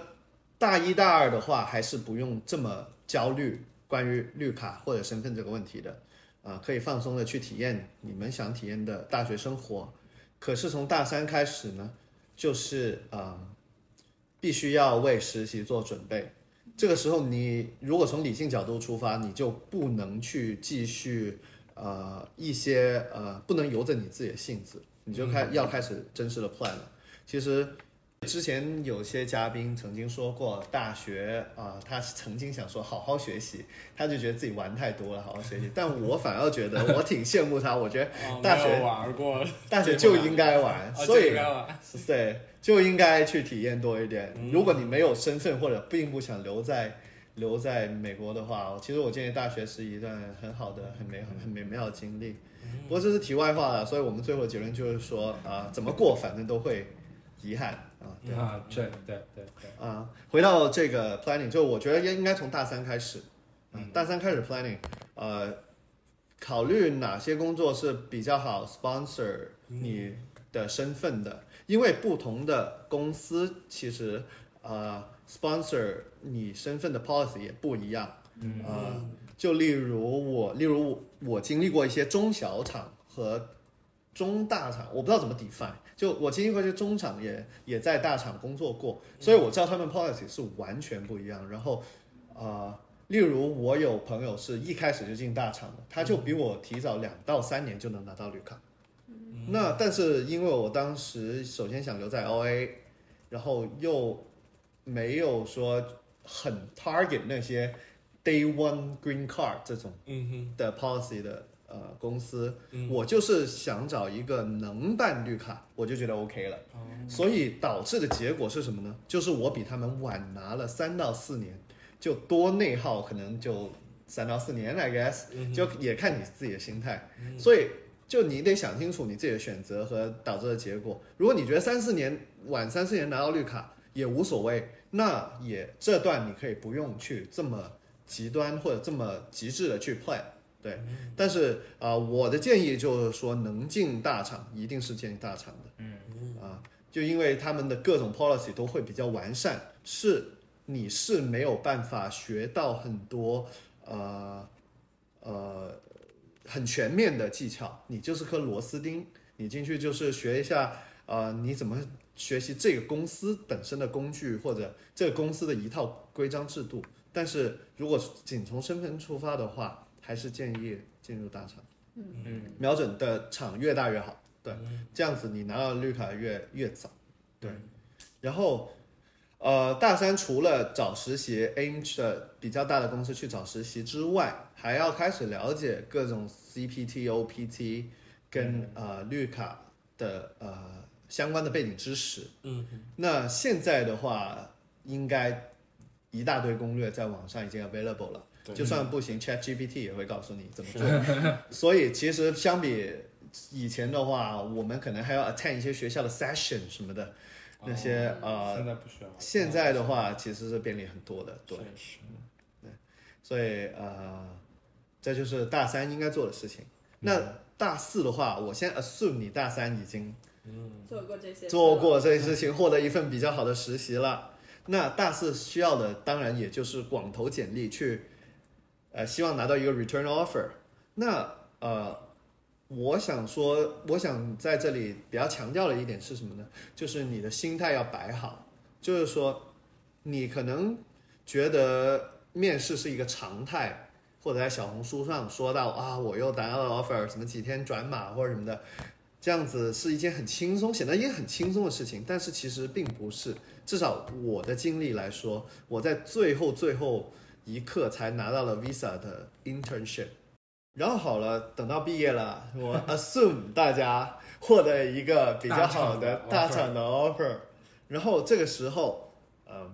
S4: 大一大二的话，还是不用这么焦虑关于绿卡或者身份这个问题的，啊、可以放松的去体验你们想体验的大学生活。可是从大三开始呢，就是嗯，必须要为实习做准备。这个时候你如果从理性角度出发，你就不能去继续呃一些呃不能由着你自己的性子，你就开、要开始真实的 plan 了。其实之前有些嘉宾曾经说过，大学啊、呃他曾经想说好好学习，他就觉得自己玩太多了，好好学习。但我反而觉得我挺羡慕他，我觉得
S1: 哦
S4: 大
S1: 没
S4: 学
S1: 有玩 过，
S4: 大学就应该玩，
S1: 哦
S4: 所
S1: 就
S4: 以
S1: 应该玩
S4: 对，就应该去体验多一点。如果你没有身份或者并不想留在留在美国的话，其实我建议大学是一段很好的、很美好、很美妙的经历。不过这是题外话了，所以我们最后的结论就是说啊，怎么过反正都会遗憾啊。对
S2: 啊，对对对对，
S4: 啊，回到这个 planning，就我觉得应应该从大三开始，嗯，大三开始 planning，呃，考虑哪些工作是比较好 sponsor 你的身份的，因为不同的公司其实呃 sponsor 你身份的 policy 也不一样，嗯、呃，就例如我，例如我我经历过一些中小厂和中大厂，我不知道怎么 define。就我经历过一些中厂也，也在大厂工作过，所以我知道他们 policy 是完全不一样。然后，呃，例如我有朋友是一开始就进大厂的，他就比我提早两到三年就能拿到绿卡。那但是因为我当时首先想留在 OA，然后又没有说很 target 那些 day one green card 这种。
S1: 嗯哼，
S4: 的 policy 的呃公司，
S1: 嗯
S4: 我就是想找一个能办绿卡，我就觉得 OK 了。
S1: 哦
S4: 所以导致的结果是什么呢？就是我比他们晚拿了三到四年，就多内耗，可能就三到四年，I guess，、就
S1: 嗯
S4: 也看你自己的心态。所以就你得想清楚你自己的选择和导致的结果。如果你觉得三四年晚三四年拿到绿卡也无所谓，那也这段你可以不用去这么极端或者这么极致的去 plan。对，但是啊、我的建议就是说，能进大厂一定是进大厂的，嗯啊，就因为他们的各种 policy 都会比较完善，是你是没有办法学到很多呃呃很全面的技巧，你就是颗螺丝钉，你进去就是学一下呃你怎么学习这个公司本身的工具或者这个公司的一套规章制度。但是如果仅从身份出发的话，还是建议进入大厂，嗯，瞄准的厂越大越好，对，这样子你拿到绿卡越越早，对，然后。呃，大三除了找实习，aim 的比较大的公司去找实习之外，还要开始了解各种 CPT、OPT 跟、呃绿卡的呃相关的背景知识。
S1: 嗯，
S4: 那现在的话，应该一大堆攻略在网上已经 available 了，
S1: 对
S4: 就算不行，ChatGPT 也会告诉你怎么做。 所以其实相比以前的话，我们可能还要 attend 一些学校的 session 什么的，那些、呃
S2: 现在不需要了。
S4: 现在的话，其实是便利很多的，对，
S1: 确实，
S4: 所以呃，这就是大三应该做的事情。那大四的话，我先 assume 你大三已经
S3: 做过这些，
S4: 做，过这些事情，获得一份比较好的实习了。那大四需要的，当然也就是广投简历去，呃，希望拿到一个 return offer。那呃，我想说，我想在这里比较强调的一点是什么呢？就是你的心态要摆好，就是说，你可能觉得面试是一个常态，或者在小红书上说到啊，我又拿到了 offer，什么几天转码或者什么的。这样子是一件很轻松，显得也很轻松的事情，但是其实并不是。至少我的经历来说，我在最后最后一刻才拿到了 Visa 的 internship。然后好了，等到毕业了，我 assume 大家获得一个比较好的
S2: 大
S4: 大厂
S2: 厂
S4: 的 offer。然后这个时候，呃，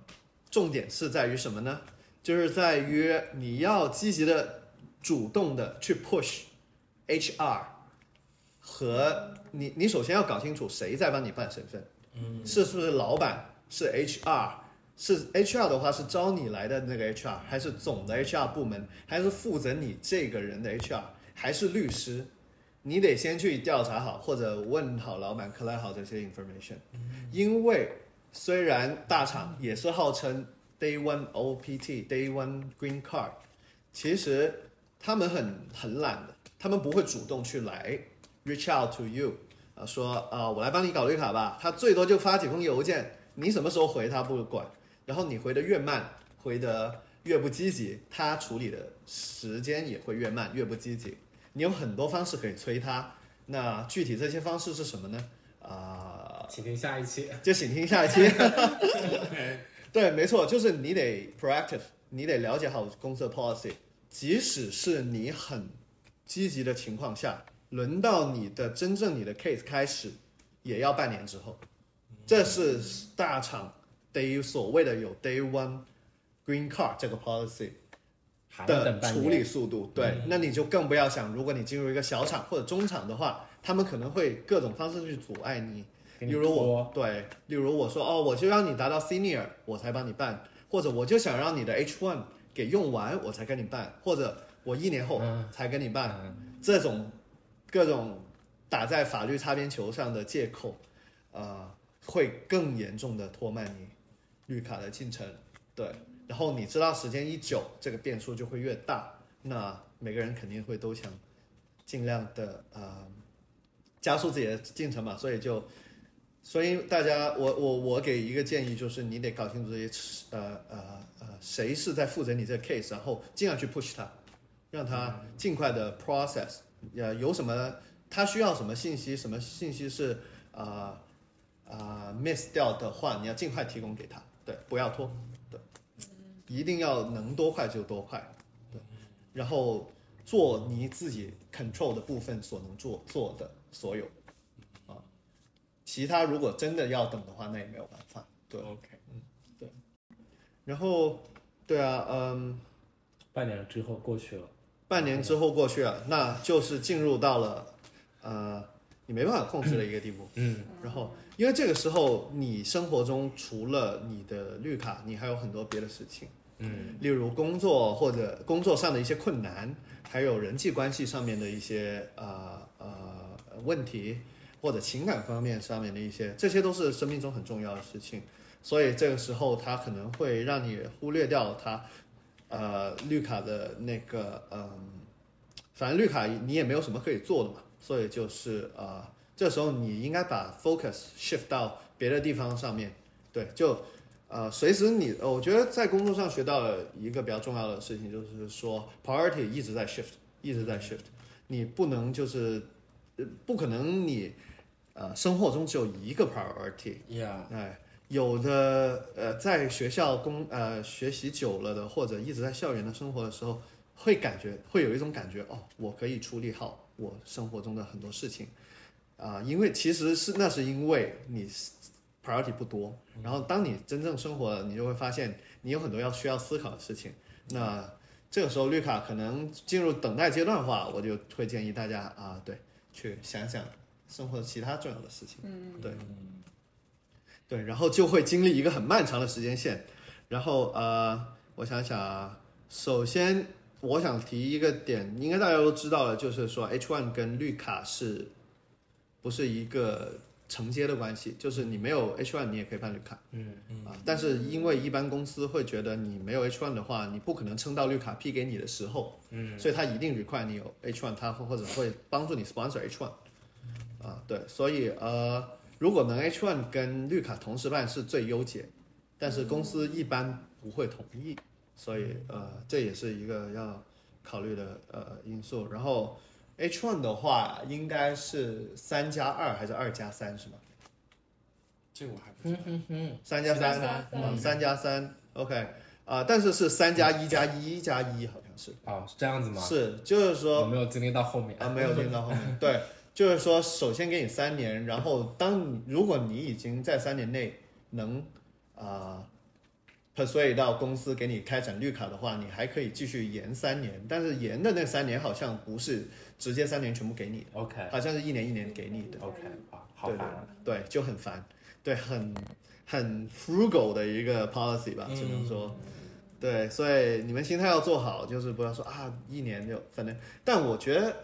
S4: 重点是在于什么呢？就是在于你要积极的、主动的去 push HR 和你，你首先要搞清楚谁在帮你办身份，嗯，是不是老板，是 HR，是 HR 的话是招你来的那个 HR，还是总的 HR 部门，还是负责你这个人的 HR，还是律师？你得先去调查好，或者问好老板、collect 好这些 information，因为虽然大厂也是号称 Day One OPT、Day One Green Card，其实他们很很懒的，他们不会主动去来 reach out to you 啊，说啊我来帮你搞绿卡吧，他最多就发几封邮件，你什么时候回他不管，然后你回的越慢，回的越不积极，他处理的时间也会越慢，越不积极。你有很多方式可以催他，那具体这些方式是什么呢？啊、
S2: 请听下一期。
S4: 就请听下一期。对，没错，就是你得 proactive，你得了解好公司的 policy。即使是你很积极的情况下，轮到你的真正你的 case 开始，也要半年之后。这是大厂 day 所谓的有 day one green card 这个 policy
S2: 还要
S4: 的
S2: 等半年嗯
S4: 处理速度。对，那你就更不要想，如果你进入一个小厂或者中厂的话，他们可能会各种方式去阻碍你。
S2: 给
S4: 例
S2: 你
S4: 如
S2: 拖
S4: 我对，例如我说哦，我就让你达到 senior，我才帮你办，或者我就想让你的 H one 给用完，我才跟你办，或者我一年后
S2: 嗯
S4: 才跟你办，
S2: 嗯
S4: 这种各种打在法律擦边球上的借口，呃，会更严重的拖慢你绿卡的进程。对，然后你知道时间一久，这个变数就会越大，那每个人肯定会都想尽量的呃加速自己的进程嘛，所以就。所以大家，我我我给一个建议，就是你得搞清楚这些，呃呃呃，谁是在负责你这个 case，然后尽量去 push 他，让他尽快的 process，呃，有什么他需要什么信息，什么信息是呃呃 miss 掉的话，你要尽快提供给他，对，不要拖，对，一定要能多快就多快，对，然后做你自己 control 的部分所能做做的所有，啊，其他如果真的要等的话，那也没有办法，对，
S1: ，OK，
S4: 然后对啊，嗯。
S2: 半年之后过去了，
S4: 半年之后过去了，那就是进入到了呃你没办法控制的一个地步。
S2: 嗯，
S4: 然后因为这个时候你生活中除了你的绿卡，你还有很多别的事情，
S2: 嗯
S4: 例如工作或者工作上的一些困难，还有人际关系上面的一些呃呃问题，或者情感方面上面的一些，这些都是生命中很重要的事情。所以这个时候，它可能会让你忽略掉它，呃，绿卡的那个，嗯、反正绿卡你也没有什么可以做的嘛，所以就是呃，这时候你应该把 focus shift 到别的地方上面，对，就呃，随时你，呃我觉得在工作上学到了一个比较重要的事情，就是说 priority 一直在 shift，一直在 shift，你不能就是，呃不可能你，呃，生活中只有一个 priority，
S1: ，Yeah，
S4: 哎，有的呃，在学校工呃学习久了的，或者一直在校园的生活的时候，会感觉会有一种感觉，哦，我可以处理好我生活中的很多事情，啊、因为其实是那是因为你 priority 不多，然后当你真正生活了，你就会发现你有很多要需要思考的事情，那。这个时候，绿卡可能进入等待阶段的话，我就会建议大家啊，对，去想想生活其他重要的事情。嗯，对。对，然后就会经历一个很漫长的时间线。然后呃，我想想啊，首先我想提一个点，应该大家都知道了，就是说 H1 跟绿卡是不是一个承接的关系？就是你没有 H1，你也可以办绿卡。
S2: 嗯
S4: 啊，但是因为一般公司会觉得你没有 H1 的话，你不可能撑到绿卡批给你的时候，嗯，所以他一定 require 你有 H1，他或或者会帮助你 sponsor H1，啊，对，所以呃，如果能 H1 跟绿卡同时办是最优解，但是公司一般不会同意，所以呃，这也是一个要考虑的呃因素。然后 H1 的话应该是三加二还是二加三是吗？
S1: 这个我还不知道。
S4: 三加嗯三
S3: 三加，三
S4: 嗯，三加三，OK，啊、但是是三加一加一加一，好像是，
S2: 哦，是这样子吗？
S4: 是，就是
S2: 我
S4: 说
S2: 没有经历到后面
S4: 啊，没有听到后面，对，就是说，首先给你三年，然后当你如果你已经在三年内能啊、persuade 到公司给你开展绿卡的话，你还可以继续延三年，但是延的那三年好像不是直接三年全部给你，
S2: OK
S4: 好像是一年一年给你的。
S2: OK，哇，好烦啊！
S4: 对，就很烦，对，很很 frugal 的一个 policy 吧，只能说，对，所以你们心态要做好，就是不要说啊，一年就反正，但我觉得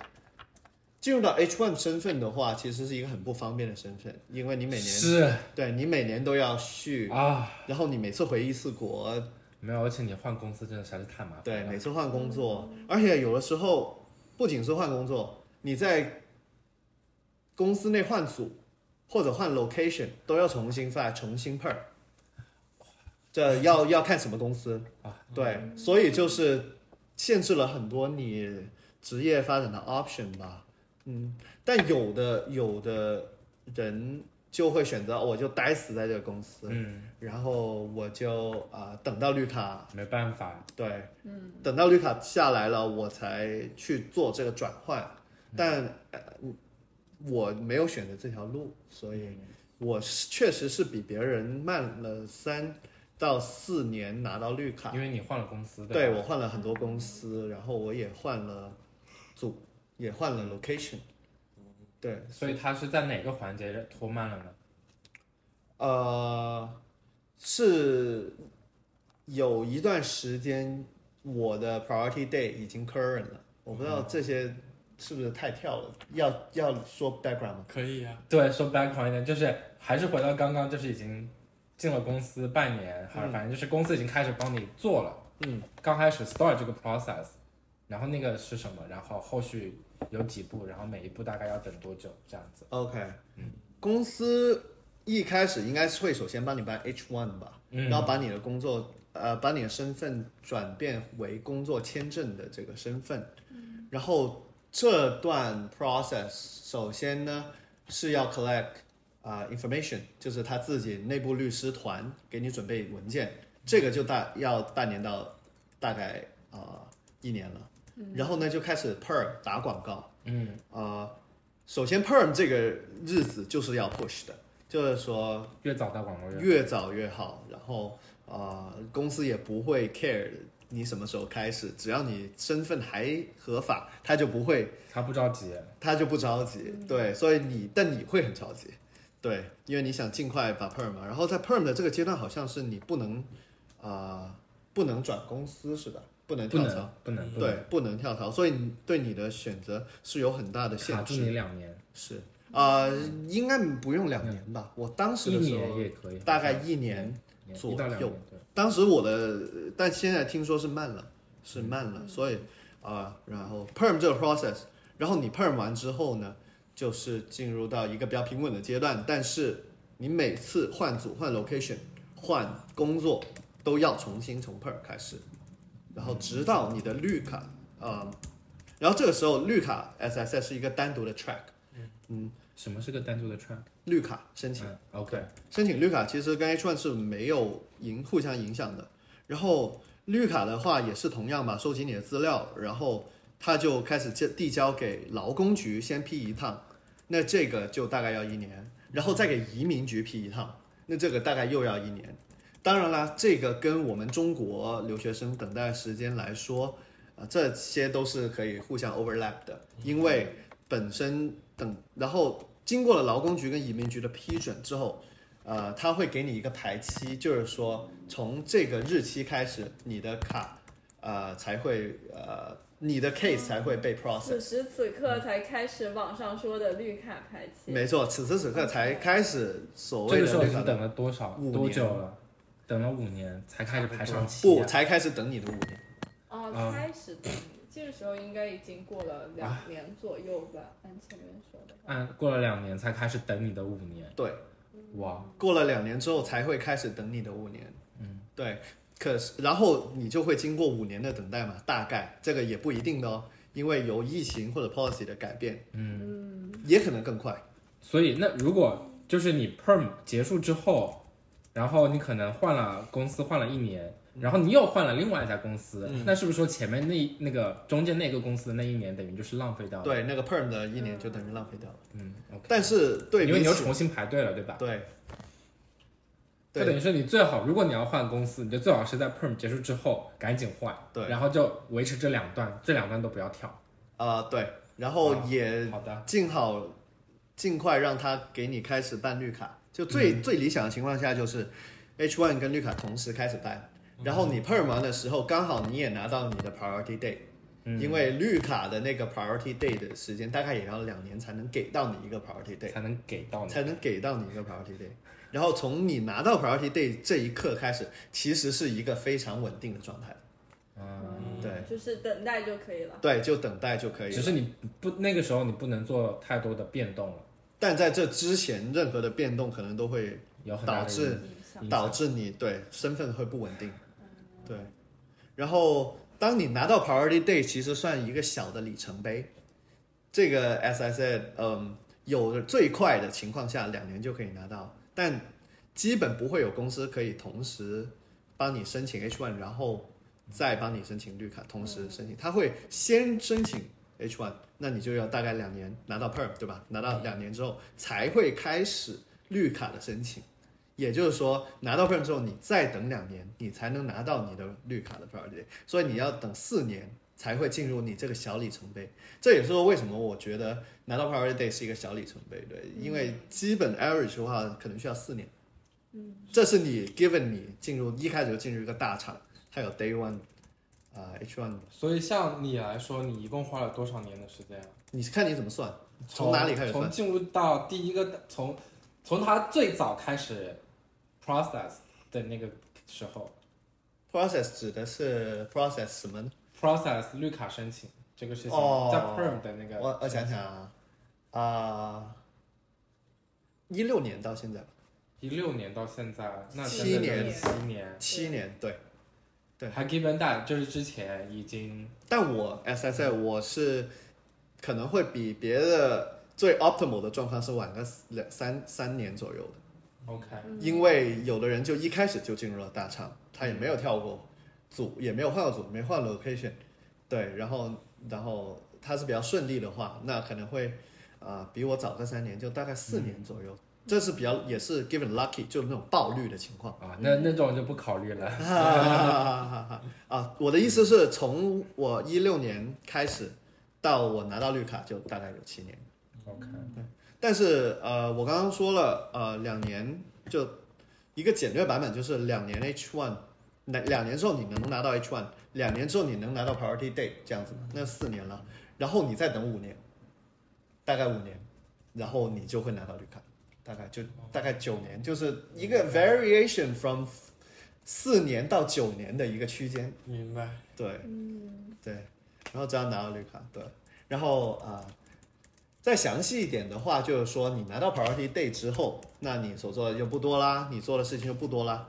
S4: 进入到 H1 身份的话，其实是一个很不方便的身份，因为你每年
S2: 是
S4: 对你每年都要续，
S2: 啊，
S4: 然后你每次回一次国，
S2: 没有，而且你换公司真的实在是太麻烦。
S4: 对，每次换工作，而且有的时候不仅是换工作，你在公司内换组或者换 location 都要重新发，重新 per。这要要看什么公司啊？对，所以就是限制了很多你职业发展的 option 吧。嗯，但有的有的人就会选择，哦我就待死在这个公司，
S2: 嗯，
S4: 然后我就啊、等到绿卡
S2: 没办法，
S4: 对，嗯，等到绿卡下来了，我才去做这个转换，但、呃、我没有选择这条路，所以我是确实是比别人慢了三到四年拿到绿卡。
S2: 因为你换了公司，
S4: 对
S2: 吧
S4: 我换了嗯很多公司，然后我也换了组，也换了 location。对，
S2: 所以他是在哪个环节拖慢了呢？
S4: 呃，是有一段时间我的 priority day 已经 current 了，我不知道这些是不是太跳了，要要说 background 吗？
S1: 可以呀、啊
S2: 对，说 background 一点，就是还是回到刚刚，就是已经进了公司半年，还是反正就是公司已经开始帮你做了，
S4: 嗯，
S2: 刚开始 start 这个 process，然后那个是什么，然后后续有几步，然后每一步大概要等多久这样子？
S4: OK，公司一开始应该是会首先帮你办 H1 吧，
S2: 嗯
S4: 然后把你的工作呃把你的身份转变为工作签证的这个身份，然后这段 process 首先呢是要 collect 啊、information，就是他自己内部律师团给你准备文件，这个就大要半年到大概啊、呃一年了，然后呢就开始 per 打广告。
S2: 嗯
S4: 呃，首先 perm 这个日子就是要 push 的，就是说
S2: 越早到广告越
S4: 越早越好，然后呃，公司也不会 care 你什么时候开始，只要你身份还合法，他就不会
S2: 他不着急，
S4: 他就不着急，
S2: 嗯
S4: 对，所以你但你会很着急，对，因为你想尽快把 perm 嘛，然后在 perm 的这个阶段，好像是你不能啊、呃不能转公司是吧？不能
S2: 不
S4: 跳槽
S2: 能，不能，不能
S4: 嗯对，不能跳槽，所以你对你的选择是有很大的
S2: 卡
S4: 限
S2: 住
S4: 制。
S2: 你两年，
S4: 是啊、呃应该不用两年吧？我当时
S2: 一
S4: 的时
S2: 年
S4: 候
S2: 也可以，
S4: 大概一年左
S2: 一到两
S4: 右
S2: 年，对。
S4: 当时我的，呃但现在听说是慢了，是慢了，所以啊、然后 perm 这个 process，然后你 perm 完之后呢，就是进入到一个比较平稳的阶段，但是你每次换组、换 location、换工作都要重新从 perm 开始，然后直到你的绿卡啊、然后这个时候绿卡 SSS 是一个单独的 track，
S2: 什么是个单独的 track？
S4: 绿卡申请。
S2: 嗯，OK，
S4: 申请绿卡其实跟 H one 是没有影互相影响的。然后绿卡的话也是同样吧，收集你的资料，然后他就开始递递交给劳工局先批一趟，那这个就大概要一年，然后再给移民局批一趟，那这个大概又要一年。当然啦，这个跟我们中国留学生等待时间来说，啊，这些都是可以互相 overlap 的，因为本身等，然后经过了劳工局跟移民局的批准之后。呃，他会给你一个排期，就是说从这个日期开始，你的卡呃才会呃你的 case 才会被 process。
S3: 此时此刻
S4: 嗯
S3: 才开始网上说的绿卡排期，
S4: 没错，此时此刻才开始所
S2: 这
S4: 谓
S2: 个时
S4: 的
S2: 候
S4: 绿
S2: 你
S4: 卡
S2: 等了多少
S4: 五
S2: 多
S4: 年
S2: 久了？等了五年才开始排上期
S4: 不
S2: 啊，
S4: 才开始等你的五年。
S3: 哦，
S4: 嗯
S2: 啊
S3: 开始的，这个时候应该已经过了两年左右吧，按前面说的。
S2: 按过了两年才开始等你的五年，
S4: 对，
S2: 哇，
S4: 过了两年之后才会开始等你的五年。嗯，对。可是然后你就会经过五年的等待嘛，大概这个也不一定的哦，因为由疫情或者 policy 的改变，
S3: 嗯，
S4: 也可能更快。
S2: 所以那如果就是你 perm 结束之后，然后你可能换了公司换了一年，然后你又换了另外一家公司，
S4: 嗯
S2: 那是不是说前面那那个中间那个公司的那一年等于就是浪费掉了？，
S4: 对，那个 perm 的一年就等于浪费掉了。
S2: 嗯，OK，
S4: 但是对
S2: 因为
S4: 比
S2: 你又
S4: 起
S2: 重新排队了，对吧？
S4: 对，
S2: 就等于是你最好，如果你要换公司，你就最好是在 perm 结束之后赶紧换，
S4: 对
S2: 然后就维持这两段，这两段都不要跳。
S4: 啊、对，然后
S2: 啊
S4: 也
S2: 好的，
S4: 尽好尽快让他给你开始办绿卡。就最、
S2: 嗯
S4: 最理想的情况下就是，H one 跟绿卡同时开始办，
S2: 嗯
S4: 然后你 perm 完的时候刚好你也拿到你的 priority day，、
S2: 嗯，
S4: 因为绿卡的那个 priority day 的时间大概也要两年才能给到你一个 priority day，
S2: 才能给到哦你。
S4: 才能给到你一个 priority day。然后从你拿到 priority day 这一刻开始，其实是一个非常稳定的状态。
S2: 嗯，
S4: 对
S3: 就是等待就可以了。
S4: 对，就等待就可以了。
S2: 只是你不那个时候你不能做太多的变动了，
S4: 但在这之前，任何的变动可能都会
S2: 有很大
S4: 导
S2: 的
S4: 致
S2: 影
S3: 影响
S2: 响
S4: 导致你对身份会不稳定，对。然后当你拿到 Priority Day，其实算一个小的里程碑。这个 as I said，嗯，有的最快的情况下两年就可以拿到，但基本不会有公司可以同时帮你申请 H1，然后再帮你申请绿卡，同时申请，他会先申请 H1，那你就要大概两年拿到 Perm，对吧？拿到两年之后才会开始绿卡的申请。也就是说，拿到 perm 之后，你再等两年，你才能拿到你的绿卡的 priority，所以你要等四年才会进入你这个小里程碑。这也是为什么我觉得拿到 priority day 是一个小里程碑，对，因为基本 average 的话，可能需要四年。嗯，这是你 given 你进入一开始就进入一个大厂，还有 day one，啊、h one，
S2: 所以像你来说，你一共花了多少年的时间啊？
S4: 你看你怎么算？从哪里开始
S2: 从
S4: 算？
S2: 进入到第一个从从他最早开始 process 的那个时候
S4: process 指的是 process 什么呢？
S2: process 绿卡申请这个事情，
S4: 哦
S2: 在 perm 的那个
S4: 我我想想啊，啊、1一六年到现在吧，
S2: 一六年到现在，那
S4: 七
S2: 真的
S4: 年
S2: 有七年，
S4: 七年对。对
S2: 还 given that 就是之前已经
S4: 但我 S S I 我是可能会比别的最 optimal 的状况是晚个两三三年左右的，
S2: OK，
S3: 嗯
S4: 因为有的人就一开始就进入了大厂，他也没有跳过组，也没有换过组，没换 location，对，然后然后他是比较顺利的话，那可能会啊、呃比我早个三年，就大概四年左右，这是比较也是 given lucky 就那种暴率的情况。
S2: 啊，那那种就不考虑了。
S4: 啊啊！我的意思是从我一六年开始到我拿到绿卡就大概有七年，
S2: OK，
S4: 但是呃，我刚刚说了呃，两年就一个简略版本就是两年 H one，两两年之后你能拿到 H one，两年之后你能拿到 priority date 这样子，那四年了，然后你再等五年，大概五年，然后你就会拿到绿卡，大概就大概九年，就是一个 variation from 四年到九年的一个区间，
S1: 明白。
S4: 对
S3: 嗯，
S4: 对，然后只要拿到绿卡，对，然后啊、再详细一点的话，就是说你拿到 priority day 之后，那你所做的就不多啦，你做的事情就不多啦，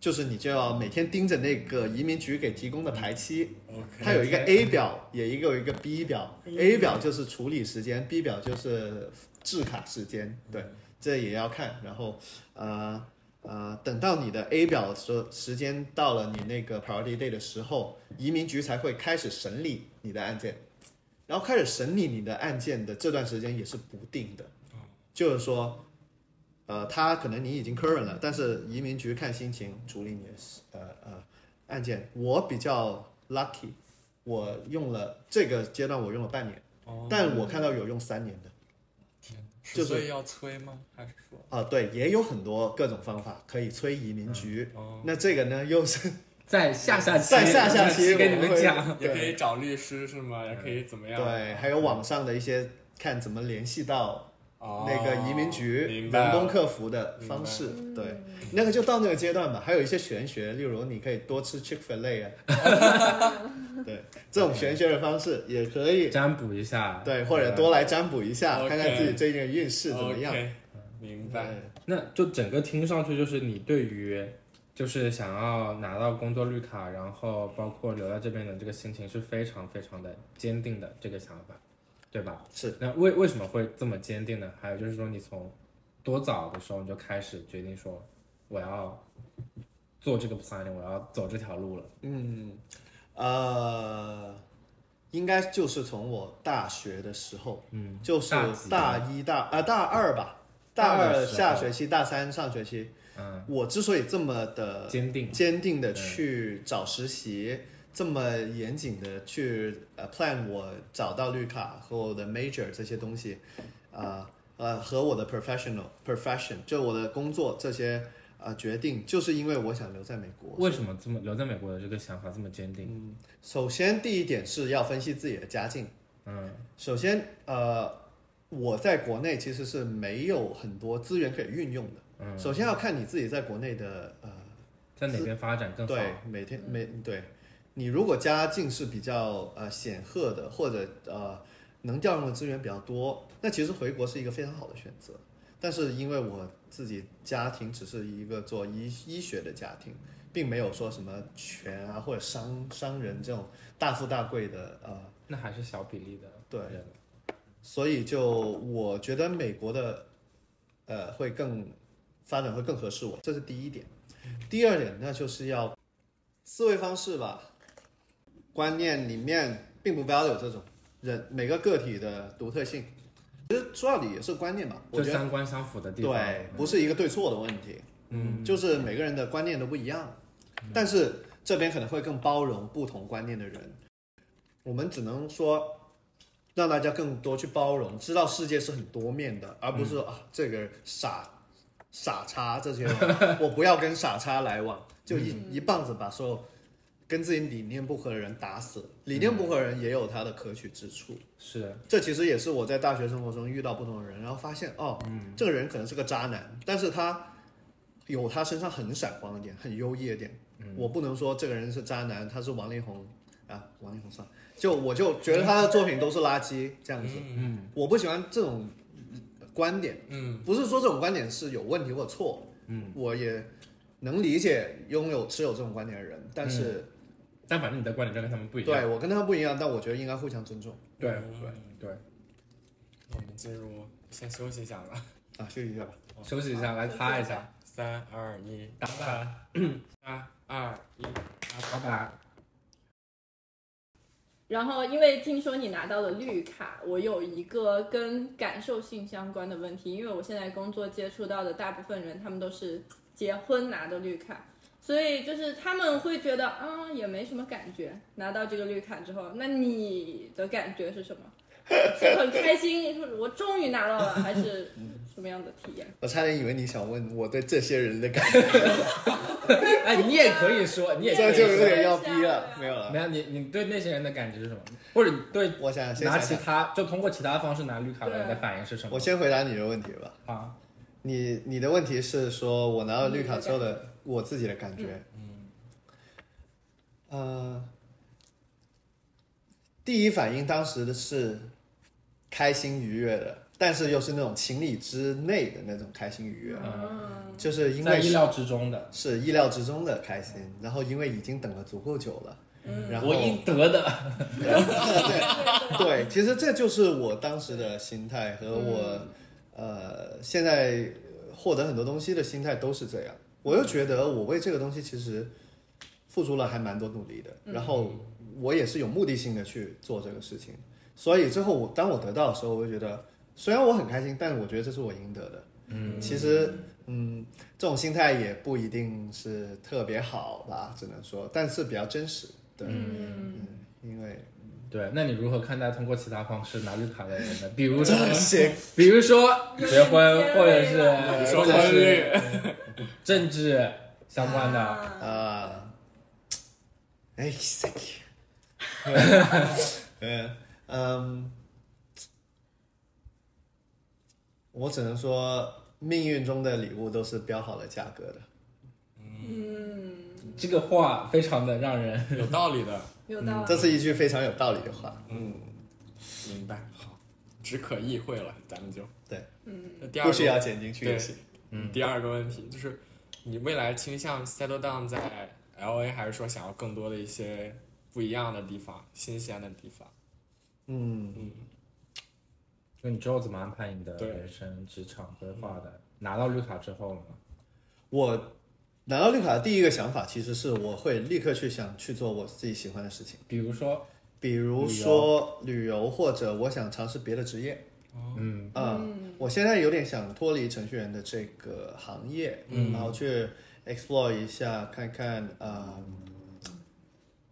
S4: 就是你就要每天盯着那个移民局给提供的排期，
S1: OK，
S4: 它有一个 A 表，也一个有一个 B 表，A 表就是处理时间，B 表就是制卡时间，对，这也要看。然后呃呃，等到你的 A 表的时候时间到了，你那个 priority day 的时候，移民局才会开始审理你的案件，然后开始审理你的案件的这段时间也是不定的，就是说。呃，他可能你已经 current 了，但是移民局看心情处理你的事呃呃案件。我比较 lucky，我用了这个阶段，我用了半年，
S1: 哦，
S4: 但我看到有用三年的 就是
S1: 所以要催吗？还是说？
S4: 啊，对，也有很多各种方法可以催移民局。
S1: 哦，
S4: 那这个呢，又 是
S2: 在下下期，
S4: 在下下期
S2: 期跟你
S4: 我
S2: 们
S4: 会
S2: 讲，
S1: 也可以找律师是吗？也可以怎么
S4: 嗯
S1: 样？
S4: 对，还有网上的一些看怎么联系到
S1: 哦
S4: 那个移民局
S1: 明白
S4: 人工
S1: 了
S4: 客服的方式，对。
S3: 嗯
S4: 那个就到那个阶段吧，还有一些玄学，例如你可以多吃 Chick Fil A 啊， 对，这种玄学的方式也可以，
S2: 占卜一下，呃
S4: 对，或者多来占卜一下，
S1: OK
S4: 看看自己最近的运势怎么样。嗯
S1: OK，明白。
S4: 对
S2: 那就整个听上去就是你对于就是想要拿到工作绿卡，然后包括留在这边的这个心情是非常非常的坚定的这个想法，对吧？
S4: 是。
S2: 那为为什么会这么坚定呢？还有就是说你从多早的时候你就开始决定说我要做这个 planning，我要走这条路了。
S4: 嗯，呃，应该就是从我大学的时候，
S2: 嗯，
S4: 就是
S2: 大几
S4: 大一大啊、大二吧，
S2: 大
S4: 大
S2: 二
S4: 二
S2: 的时候
S4: 下学期，大三上学期，
S2: 嗯，
S4: 我之所以这么的
S2: 坚定。嗯
S4: 坚定的去找实习，这么严谨的去呃 plan 我找到绿卡和我的 major 这些东西，啊呃和我的 professional profession 就我的工作这些呃决定，就是因为我想留在美国。
S2: 为什么这么留在美国的这个想法这么坚定？
S4: 首先第一点是要分析自己的家境。
S2: 嗯
S4: 首先呃我在国内其实是没有很多资源可以运用的。
S2: 嗯，
S4: 首先要看你自己在国内的呃
S2: 在哪边发展更好？嗯
S4: 对，每天每对，你如果家境是比较呃显赫的，或者呃能调用的资源比较多，那其实回国是一个非常好的选择。但是因为我自己家庭只是一个做医医学的家庭，并没有说什么权啊或者商商人这种大富大贵的呃
S2: 那还是小比例的
S4: 对
S2: 人。
S4: 所以就我觉得美国的，呃，会更发展会更合适我，这是第一点。第二点，那就是要思维方式吧，观念里面并不 value 这种人每个个体的独特性。其实说到底也是观念吧，啊我
S2: 这
S4: 觉得
S2: 三观相符的地方，
S4: 对，不是一个对错的问题，
S2: 嗯，
S4: 就是每个人的观念都不一样，但是这边可能会更包容不同观念的人。我们只能说，让大家更多去包容，知道世界是很多面的，而不是、啊这个傻傻叉这些人，我不要跟傻叉来往，就一、一棒子把所有跟自己理念不合的人打死。理念不合的人也有他的可取之处，
S2: 是
S4: 这其实也是我在大学生活中遇到不同的人，然后发现哦，
S2: 嗯
S4: 这个人可能是个渣男，但是他有他身上很闪光的点，很优异的点。
S2: 嗯
S4: 我不能说这个人是渣男，他是王力宏啊，王力宏算了，就我就觉得他的作品都是垃圾这样子。嗯，我不喜欢这种观点，
S1: 嗯，
S4: 不是说这种观点是有问题或错，嗯，我也能理解拥有持有这种观点的人，但是、
S2: 但反正你的观点就跟他嗯们不一样。
S4: 对我跟他不一样，但我觉得应该互相尊重
S2: 对对
S1: 嗯
S2: 对
S1: 那我们进入，先休息一下吧。
S4: 啊，休息一下吧。
S2: 休息一下，来擦一下，
S1: 三二一，打板。三二一，
S2: 老板。
S3: 然后，因为听说你拿到了绿卡，我有一个跟感受性相关的问题，因为我现在工作接触到的大部分人，他们都是结婚拿的绿卡，所以就是他们会觉得，啊、也没什么感觉。拿到这个绿卡之后，那你的感觉是什么？是很开心，我终于拿到了，还是什么样的体验？
S4: 我差点以为你想问我对这些人的感觉，
S2: 哎，你也可以说，你也可
S4: 这
S2: 以
S4: 就有
S2: 说。
S4: 点要逼了，没有了。
S2: 没有你，你对那些人的感觉是什么？或者你对
S4: 我想啊想先
S2: 拿
S4: 想
S2: 其
S4: 想，
S2: 他就通过其他方式拿绿卡的人的
S3: 对啊
S2: 反应是什么？
S4: 我先回答你的问题吧。
S2: 啊，
S4: 你你的问题是说我拿到绿卡之后的我自己的感觉，
S3: 嗯
S4: 嗯，呃，第一反应当时的是开心愉悦的，但是又是那种情理之内的那种开心愉悦，啊
S3: 嗯，
S4: 就是因
S2: 在
S4: 为
S2: 意
S4: 是
S2: 料之中的，
S4: 是意料之中的开心，然后因为已经等了足够久了，
S3: 嗯
S4: 然后
S2: 我应得的。
S4: 对，其实这就是我当时的心态和我、呃现在获得很多东西的心态都是这样。我就觉得我为这个东西其实付出了还蛮多努力的，然后我也是有目的性的去做这个事情，所以最后我当我得到的时候，我就觉得虽然我很开心，但是我觉得这是我应得的。
S2: 嗯，
S4: 其实，嗯，这种心态也不一定是特别好吧，只能说，但是比较真实，对，
S3: 嗯，
S4: 嗯，因为
S2: 嗯对，那你如何看待通过其他方式拿绿卡的人呢？比如 说，
S4: 些
S2: 比如说结婚，或者是
S1: 比
S4: 呃
S1: 如说
S2: 或者
S1: 婚
S2: 是
S1: 礼，
S2: 政治相关的，
S3: 啊
S4: 啊，哎塞， 嗯嗯，我只能说，命运中的礼物都是标好了价格的。
S3: 嗯，
S2: 这个话非常的让人
S1: 有道理的，
S3: 有道
S4: 嗯
S3: 理，，
S4: 这是一句非常有道理的话。
S1: 明白，好，只可意会了，咱们就
S4: 对，
S3: 嗯
S1: 那第二
S4: 不
S1: 个
S4: 需要剪进去
S1: 对
S4: 也行。，
S2: 嗯
S1: 第二个问题就是，你未来倾向 settle down 在 L A，还是说想要更多的一些不一样的地方、新鲜的地方？
S4: 嗯，
S1: 嗯，
S2: 就你之后怎么安排你的
S1: 对
S2: 人生、职场规划的？拿到绿卡之后呢？
S4: 我拿到绿卡的第一个想法其实是我会立刻去想去做我自己喜欢的事情，
S2: 比如说，
S4: 比如说旅游或者我想尝试别的职业。
S2: 嗯，
S4: 啊、我现在有点想脱离程序员的这个行业，
S1: 嗯
S4: 然后去 explore 一下，看看呃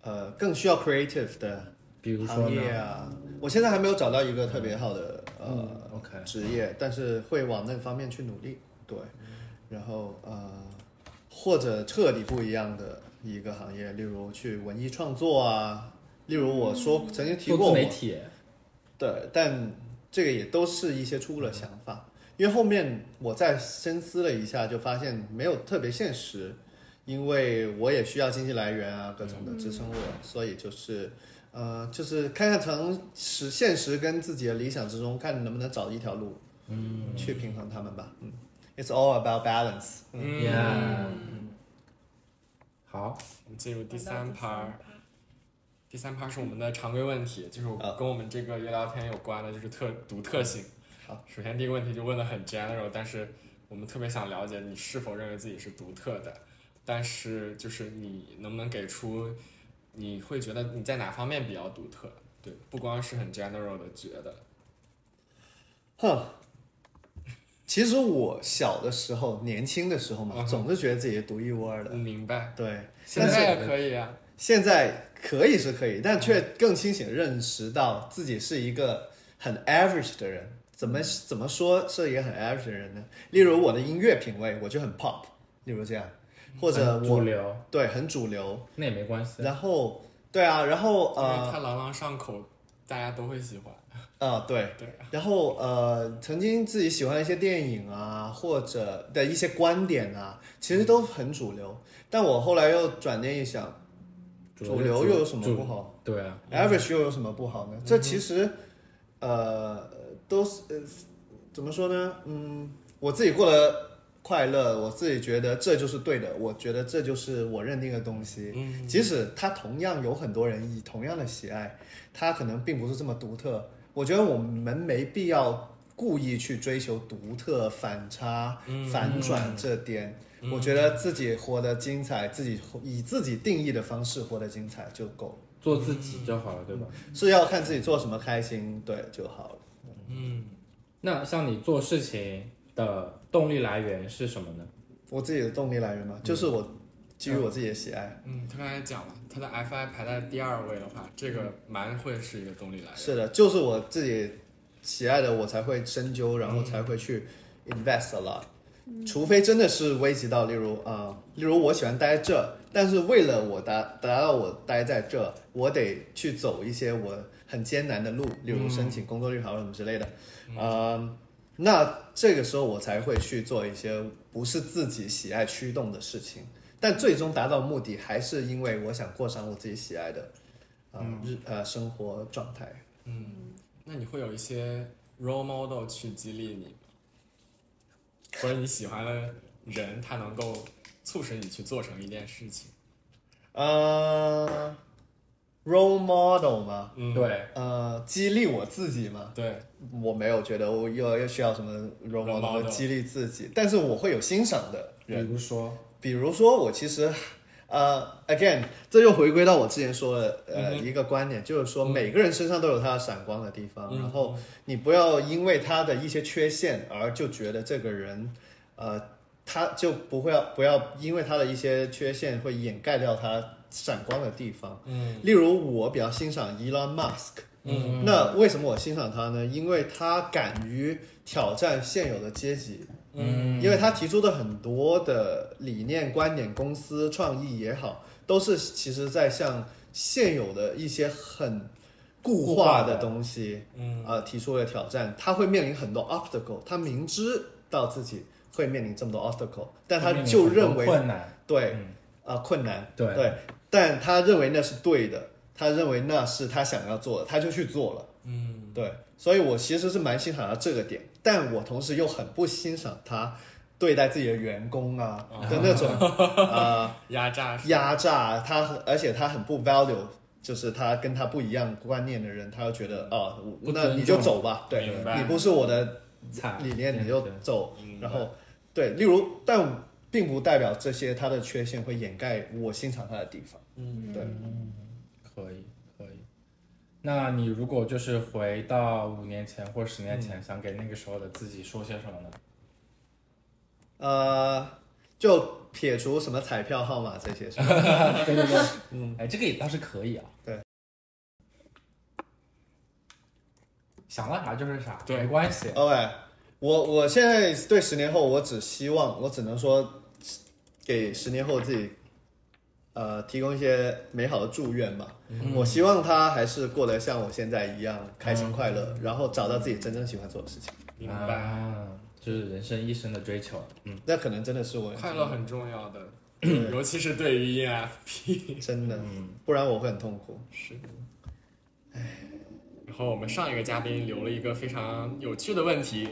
S4: 呃更需要 creative 的
S2: 比如说
S4: 行业
S2: 呢？
S4: 啊。我现在还没有找到一个特别好的、呃、
S2: 嗯，OK 嗯
S4: 职业，但是会往那方面去努力。对，然后呃或者彻底不一样的一个行业，例如去文艺创作啊，例如我说曾经提
S2: 嗯做
S4: 过
S2: 自
S4: 我
S2: 媒体，
S4: 对，但这个也都是一些初步
S1: 嗯
S4: 的想法，因为后面我再深思了一下，就发现没有特别现实，因为我也需要经济来源啊，各种的支撑我，
S1: 嗯
S4: 所以就是。呃，就是看看从实现实跟自己的理想之中，看能不能找一条路，嗯，去平衡他们吧。嗯，It's all about balance。
S1: 嗯
S2: Yeah 好，
S1: 我们进入第三趴。第三趴是我们的常规问题，就是
S4: 啊嗯
S1: 跟我们这个月聊天有关的，就是特独特性。
S4: 好，
S1: 首先第一个问题就问的很 general，但是我们特别想了解你是否认为自己是独特的，但是就是你能不能给出，你会觉得你在哪方面比较独特？对，不光是很 general 的觉得，
S4: 哼，其实我小的时候，年轻的时候嘛，
S1: 嗯哼
S4: 总是觉得自己独一无二的。
S1: 明白？
S4: 对，
S1: 现
S4: 但是。
S1: 在也可以啊，
S4: 现在可以是可以，但却更清醒地认识到自己是一个很 average 的人。怎么怎么说是一个很 average 的人呢？例如我的音乐品味，我就很 pop，例如这样，或者
S2: 主
S4: 我
S2: 流，
S4: 对很主流。
S2: 那也没关系。啊
S4: 然后对啊，然后
S1: 因为
S4: 呃
S1: 它朗朗上口，大家都会喜欢。
S4: 呃对，
S1: 对，
S4: 然后呃，曾经自己喜欢的一些电影啊，或者的一些观点啊，其实都很主流。但我后来又转念一想，主流又有什么不？好？
S2: 对啊，
S4: average 又有什么不
S1: 嗯
S4: 好呢？这其实，呃，都是、呃、怎么说呢？嗯，我自己过得快乐，我自己觉得这就是对的，我觉得这就是我认定的东西。
S1: 嗯，
S4: 即使它同样有很多人以同样的喜爱，它可能并不是这么独特。我觉得我们没必要故意去追求独特、反差、
S1: 嗯
S4: 反转这点。
S1: 嗯
S4: 我觉得自己活得精彩，自己活以自己定义的方式活得精彩就够了。
S2: 做自己就好了，对吧？
S4: 是要看自己做什么开心，对就好了。
S1: 嗯。
S2: 那像你做事情的动力来源是什么呢？
S4: 我自己的动力来源嘛，就是我基于我自己的喜爱。
S1: 嗯，他刚才讲了，他的 FI 排在第二位的话，这个蛮会是一个动力来源。
S4: 是的，就是我自己喜爱的，我才会深究，然后才会去 invest a lot，除非真的是危及到，例如啊、呃例如我喜欢待这，但是为了我达达到我待在这，我得去走一些我很艰难的路，例如申请工作绿卡或什么之类的，呃，那这个时候我才会去做一些不是自己喜爱驱动的事情，但最终达到目的还是因为我想过上我自己喜爱的，呃、日呃生活状态。
S1: 那你会有一些 role model 去激励你吗？或者你喜欢的人，他能够促使你去做成一件事情？
S4: 呃，role model 吗？
S1: 嗯，
S2: 对，
S4: 呃，激励我自己吗？
S1: 对，
S4: 我没有觉得我又又需要什么 role
S1: Role
S4: model
S1: model
S4: 激励自己，但是我会有欣赏的
S2: 比
S4: 人，
S2: 如说，
S4: 比如说我其实。呃、a g a i n 这又回归到我之前说的，呃
S1: 嗯哼
S4: 一个观点，就是说
S1: 嗯
S4: 每个人身上都有他的闪光的地方，
S1: 嗯
S4: 然后你不要因为他的一些缺陷而就觉得这个人，呃，他就不会要不要因为他的一些缺陷会掩盖掉他闪光的地方。
S1: 嗯
S4: 例如，我比较欣赏 Elon Musk。
S1: 嗯
S4: 那为什么我欣赏他呢？因为他敢于挑战现有的阶级，
S1: 嗯
S4: 因为他提出的很多的理念、观点、公司创意也好，都是其实在向现有的一些很固化的东西，
S1: 嗯
S4: 呃，提出了挑战。他会面临很多 obstacle，他明知道自己会面临这么多 obstacle，但他就认为
S2: 困难，
S4: 对
S2: 嗯
S4: 啊、困难，
S2: 对
S4: 对，但他认为那是对的，他认为那是他想要做的，他就去做了。
S1: 嗯
S4: 对，所以我其实是蛮欣赏他这个点，但我同时又很不欣赏他对待自己的员工啊的那种呃
S1: 压榨是
S4: 压榨，他很而且他很不 value，就是他跟他不一样观念的人，他就觉得哦，
S2: 不
S4: 那你
S2: 尊
S4: 就
S2: 重
S4: 走吧，对
S1: 明白
S4: 你不是我的
S2: 惨
S4: 理念你就走
S1: 嗯，
S4: 然后对，例如，但并不代表这些他的缺陷会掩盖我欣赏他的地方。
S1: 嗯
S4: 对，
S2: 可以，可以。那你如果就是回到五年前或十年前，想给那个时候的自己说些什么呢？
S4: 呃，就撇除什么彩票号码这些事，
S2: 对对对，嗯，哎，这个也倒是可以啊。
S4: 对，
S2: 想到啥就是啥，
S1: 对
S2: 没关系。
S4: OK，我我现在对十年后，我只希望，我只能说，给十年后自己，呃，提供一些美好的祝愿吧。我希望他还是过得像我现在一样开心快乐，然后找到自己真正喜欢做的事情。
S1: 明白，
S2: 啊，这是人生一生的追求。嗯，
S4: 那可能真的是我
S1: 快乐很重要的，尤其是对于 ENFP
S4: 真的，不然我会很痛苦。
S1: 是。然后我们上一个嘉宾留了一个非常有趣的问题，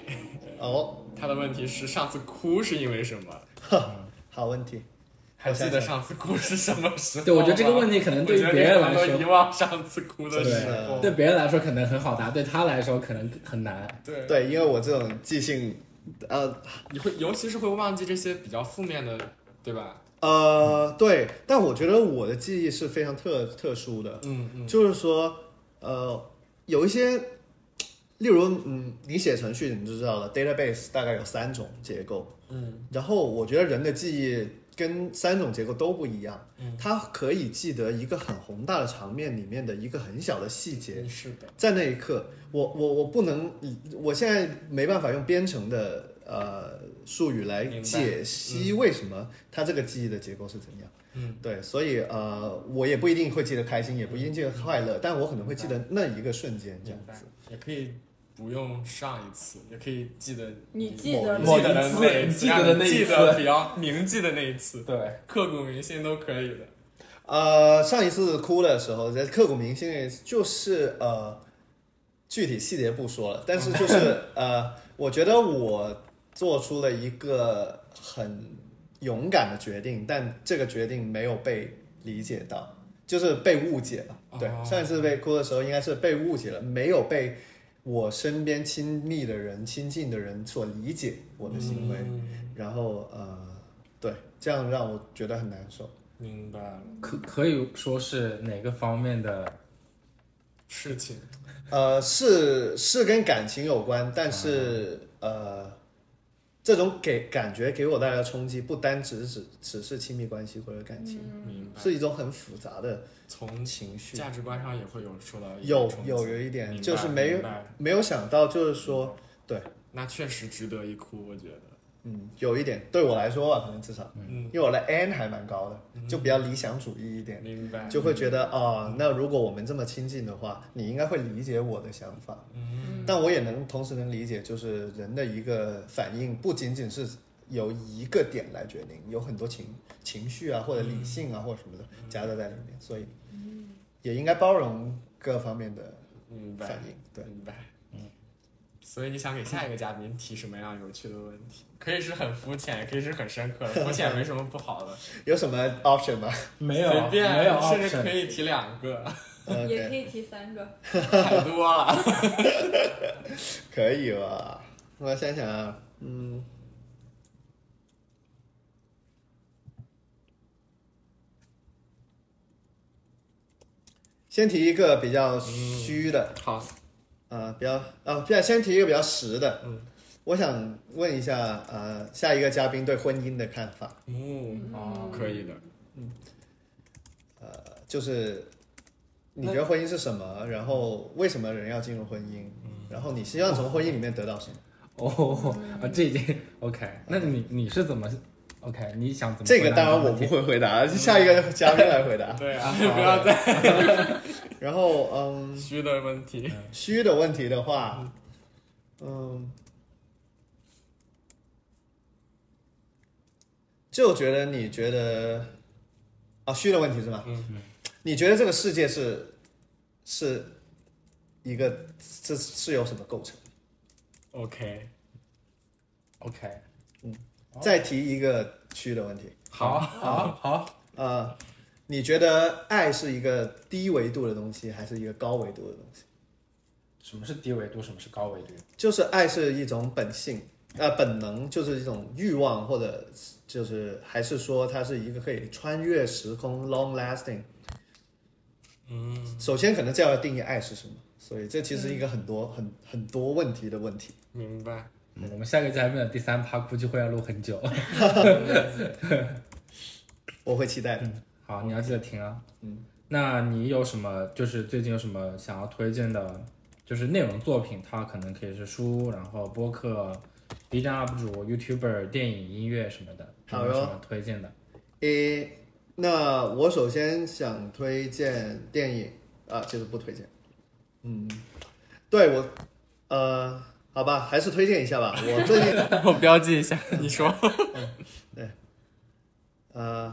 S4: 哦，
S1: 他的问题是上次哭是因为什么？
S4: 好问题。
S1: 还记得上次哭是什么时候吗？
S2: 对，我觉得这个问题可能对于别人来
S1: 我觉得你可能都遗
S2: 说，
S1: 忘上次哭的时候。
S4: 哦
S2: 对别人来说可能很好答，对他来说可能很难。
S1: 对
S4: 对，因为我这种记性，呃
S1: 你会尤其是会忘记这些比较负面的，对
S2: 嗯
S1: 吧？
S4: 呃，对，但我觉得我的记忆是非常特特殊的，
S1: 嗯嗯
S4: 就是说，呃，有一些，例如，嗯，你写程序你就知道了，database 大概有三种结构，
S1: 嗯
S4: 然后我觉得人的记忆跟三种结构都不一样，
S1: 嗯
S4: 它可以记得一个很宏大的场面里面的一个很小的细节，
S1: 嗯，是的，
S4: 在那一刻，我我我不能，我现在没办法用编程的呃术语来
S1: 明白
S4: 解析为什么它这个记忆的结构是怎样。
S1: 嗯，
S4: 对，所以呃，我也不一定会记得开心，也不一定记得快乐，但我可能会记得那一个瞬间这样
S1: 明白
S4: 子。。
S1: 也可以不用上一次，也可以记得
S3: 你记得
S2: 某
S1: 记得的
S2: 某
S1: 那
S2: 一次
S1: 次，
S2: 记得的那一次
S1: 记得比较铭记的那一次，
S2: 对，
S1: 刻骨铭心都可以的。
S4: 呃，上一次哭的时候，在刻骨铭心的就是呃，具体细节不说了，但是就是 呃，我觉得我做出了一个很勇敢的决定，但这个决定没有被理解到，就是被误解了。对，
S1: 哦
S4: 上一次被哭的时候，应该是被误解了，没有被我身边亲密的人、亲近的人所理解我的行为，
S1: 嗯
S4: 然后呃，对，这样让我觉得很难受。
S1: 明白了，
S2: 可可以说是哪个方面的？
S1: 事情
S4: 呃，是是跟感情有关，但是、呃，这种给感觉给我带来的冲击，不单只只只是亲密关系或者感情，
S1: 明白，
S4: 是一种很复杂的
S1: 从
S4: 情绪。
S1: 价值观上也会有受到一定
S4: 有
S1: 冲击
S4: 有有一点，
S1: 明白
S4: 就是没有
S1: 明白
S4: 没有想到，就是说，对，
S1: 那确实值得一哭，我觉得。
S4: 嗯，有一点对我来说啊吧，可能至少，
S1: 嗯，
S4: 因为我的 N 还蛮高的，就比较理想主义一点，
S1: 明白。
S4: 就会觉得哦，那如果我们这么亲近的话，你应该会理解我的想法。
S1: 嗯
S4: 但我也能同时能理解，就是人的一个反应不仅仅是由一个点来决定，有很多情情绪啊，或者理性啊，或者什么的
S3: 嗯
S4: 夹杂在里面，所以也应该包容各方面的
S1: 明白
S4: 反。应。对，嗯
S1: 明白。所以你想给下一个嘉宾提什么样有趣的问题？ 可以是很肤浅，也可以是很深刻 的。肤浅没什么不好的，
S4: 有什么 option 吗？
S2: 没有，
S1: 随便，
S2: 没有
S1: 甚至可
S2: option。
S1: 以提两个，
S4: 呃
S3: 也可以提三个。
S1: 太多了。
S4: 可以吧？我想想啊，嗯，先提一个比较虚的，
S1: 好，
S4: 呃，比较啊，现在先提一个比较实的，嗯，我想问一下，呃，下一个嘉宾对婚姻的看法，
S1: 嗯，
S2: 哦
S1: 可以的。。
S4: 呃，就是你觉得婚姻是什么？然后为什么人要进入婚姻？
S2: 嗯
S4: 然后你希望从婚姻里面得到什么？
S2: 哦啊，这已经 OK。那你你是怎么 OK？你想怎么
S4: 这
S2: 回答呢？
S4: 个当然我不会回答，下一个嘉宾来回答
S1: 对啊，
S4: 嗯好
S1: 不要再
S4: 然后，嗯，
S1: 虚的问题。
S4: 虚的问题的话，嗯，就觉得你觉得啊，虚的问题是吗？
S1: 嗯
S4: 你觉得这个世界是是一个是是由什么构成？
S1: OK，
S2: OK。
S4: 再提一个虚的问题，
S2: 好，好，好，
S4: 呃，你觉得爱是一个低维度的东西，还是一个高维度的东西？
S2: 什么是低维度？什么是高维度？
S4: 就是爱是一种本性，呃，本能就是一种欲望，或者就是还是说它是一个可以穿越时空 long lasting。
S1: 嗯，
S4: 首先，可能这要定义爱是什么，所以这其实一个很多、很很多问题的问题。
S1: 明白。
S2: 我们下个嘉宾的第三趴估计会要录很久。
S4: 我会期待的。
S2: 好，你要记得听啊。嗯，那你有什么就是最近有什么想要推荐的，就是内容作品？它可能可以是书，然后播客、B 站 UP 主、YouTuber、电影、音乐什么的。
S4: 好哟
S2: 有没有什么推荐的？
S4: 诶，那我首先想推荐电影啊，其实不推荐。嗯，对我，呃，好吧，还是推荐一下吧。我最近
S1: 我标记一下，你说。
S4: 呃，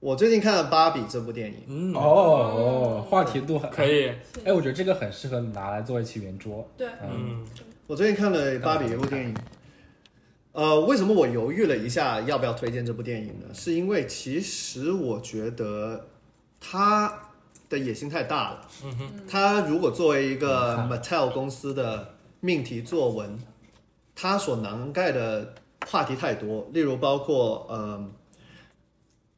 S4: 我最近看了《芭比》这部电影，
S1: 嗯，
S2: 哦，话题度很
S1: 可。以。
S2: 哎，我觉得这个很适合拿来做一期圆桌。
S3: 对，
S1: 嗯
S4: 我最近看了《芭比》这部电影。呃，为什么我犹豫了一下要不要推荐这部电影呢？是因为其实我觉得它的野心太大了。
S1: 嗯哼，
S4: 它如果作为一个
S2: 嗯
S4: Mattel 公司的命题作文，它所涵盖的话题太多，例如包括呃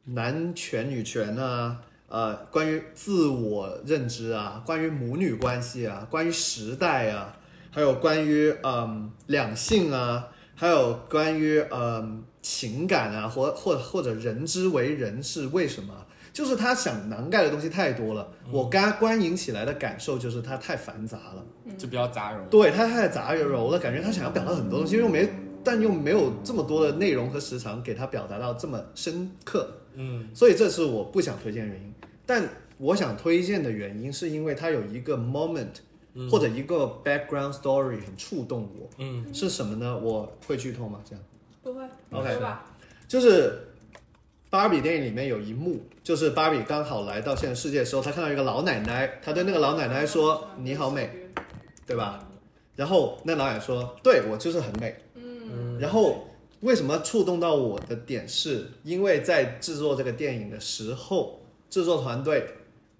S4: 男权女权啊，呃关于自我认知啊，关于母女关系啊，关于时代啊，还有关于嗯、两性啊，还有关于嗯、情感啊，或或或者人之为人是为什么啊？就是他想涵盖的东西太多了，我刚观影起来的感受就是它太繁杂了。
S1: 就比较杂糅。
S4: 对他太杂又柔了，感觉他想要表达很多东西，又没但又没有这么多的内容和时长给他表达到这么深刻，
S1: 嗯
S4: 所以这是我不想推荐的原因。但我想推荐的原因是因为它有一个 moment、
S1: 嗯
S4: 或者一个 background story 很触动我，
S1: 嗯
S4: 是什么呢？我会剧透吗？这样
S3: 不会，
S4: OK
S3: 说吧。
S4: 就是。芭比电影里面有一幕，就是芭比刚好来到现实世界的时候，她看到一个老奶奶，她对那个老奶奶说：“你好美”，
S3: 嗯
S4: 对吧？然后那老奶奶说：“对我就是很美。”
S3: 嗯
S1: 嗯
S4: 然后为什么触动到我的点是，因为在制作这个电影的时候，制作团队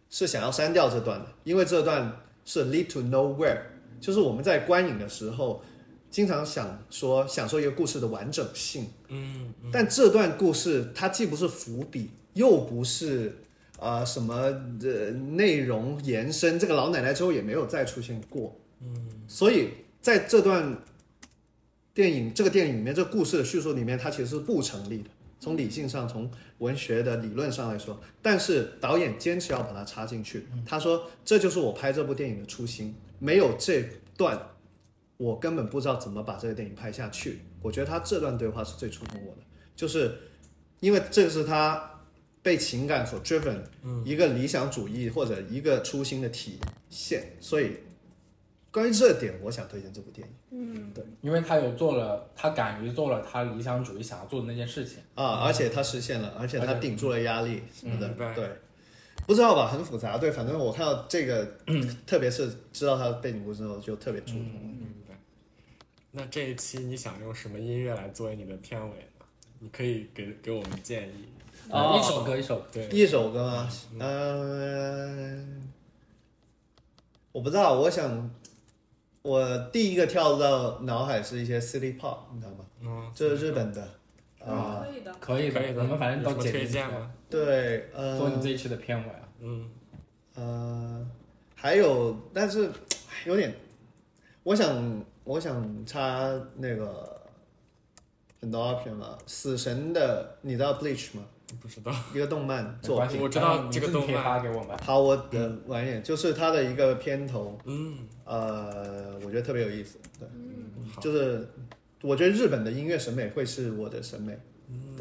S4: 是想要删掉这段的，因为这段是 lead to nowhere，就是我们在观影的时候。经常想说享受一个故事的完整性，
S1: 嗯嗯
S4: 但这段故事它既不是伏笔，又不是呃什么呃内容延伸。这个老奶奶之后也没有再出现过，
S1: 嗯
S4: 所以在这段电影这个电影里面，这个故事的叙述里面，它其实是不成立的。从理性上，从文学的理论上来说，但是导演坚持要把它插进去。他说：“这就是我拍这部电影的初心，没有这段我根本不知道怎么把这个电影拍下去。我觉得他这段对话是最触动我的，就是因为这是他被情感所 driven，、一个理想主义或者一个初心的体现。所以关于这点，我想推荐这部电影
S3: 嗯，
S5: 因为他有做了，他敢于做了他理想主义想要做的那件事情。
S4: 啊，而且他实现了，而且他
S5: 而且
S4: 顶住了压力什么的，
S1: 明白
S4: 对。不知道吧，很复杂。对，反正我看到这个，特别是知道他的背景故事之后，就特别触动。
S1: 明白。那这一期你想用什么音乐来作为你的片尾呢？你可以给给我们建议。
S4: 哦
S2: 嗯
S5: 一首歌一首歌，
S1: 对，
S4: 一首歌吗？嗯、我不知道，我想，我第一个跳到脑海是一些 City Pop，你知道吗？
S1: 嗯，
S4: 这是日本的啊、
S3: 可以的。
S5: 可以的，
S1: 可以的
S5: 我们反正
S1: 有
S5: 都
S1: 什么
S5: 剪
S1: 推
S5: 进去
S1: 荐
S5: 了，
S1: 吗？
S4: 对，呃，
S5: 做你这一期的片尾啊。
S1: 嗯，
S4: 呃，还有，但是有点，我想，我想插那个很多片嘛，死神的，你知道 Bleach 吗？
S1: 不知道。
S4: 一个动漫
S5: 没
S4: 作
S5: 关
S4: 品。
S5: 系，
S1: 我知道
S5: 你
S1: 这个
S5: 自己可以
S1: 动漫
S5: 发给我们。
S4: 好，我的晚一点，就是它的一个片头，
S1: 嗯，
S4: 呃，我觉得特别有意思。对，
S1: 好，
S4: 就是我觉得日本的音乐审美会是我的审美，
S1: 嗯。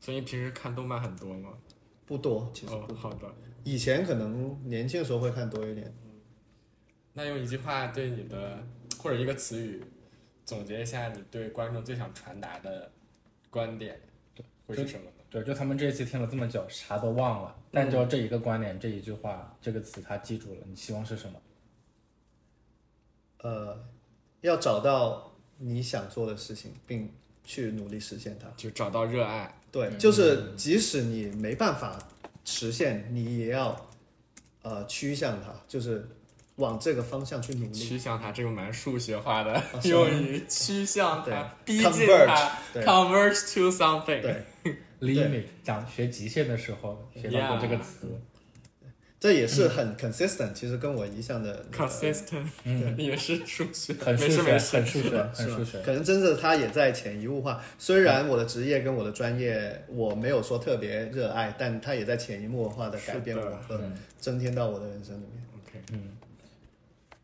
S1: 所以你平时看动漫很多吗？
S4: 不多，其实
S1: 哦
S4: 不，多。
S1: 好的。
S4: 以前可能年轻的时候会看多一点。
S1: 那用一句话对你的或者一个词语总结一下你对观众最想传达的观点，会是什么呢？
S5: 对，就他们这一期听了这么久，啥都忘了，但就这一个观点，这一句话，这个词他记住了。你希望是什么？
S4: 呃，要找到你想做的事情，并去努力实现它。
S1: 就找到热爱。
S4: 对，就是即使你没办法实现，你也要呃趋向它，就是往这个方向去努力。
S1: 趋向它，这个蛮数学化的
S4: 是吗
S1: 用语，趋向它，
S4: 对
S1: 逼近它
S4: Converge，对
S1: ，converge to something。
S4: 对，
S5: limit 讲学极限的时候学到过这个词
S4: 这也是很 consistent，其实跟我一向的那个
S1: consistent 也是数学，
S5: 嗯很数
S1: 没事
S5: 学，
S1: 没事，
S5: 很数学，很
S4: 是吧
S5: 数学。
S4: 可能真是他也在潜移默化。虽然我的职业跟我的专业我没有说特别热爱，但他也在潜移默化的改变我
S1: 是的
S4: 和增添到我的人生里面。
S1: OK，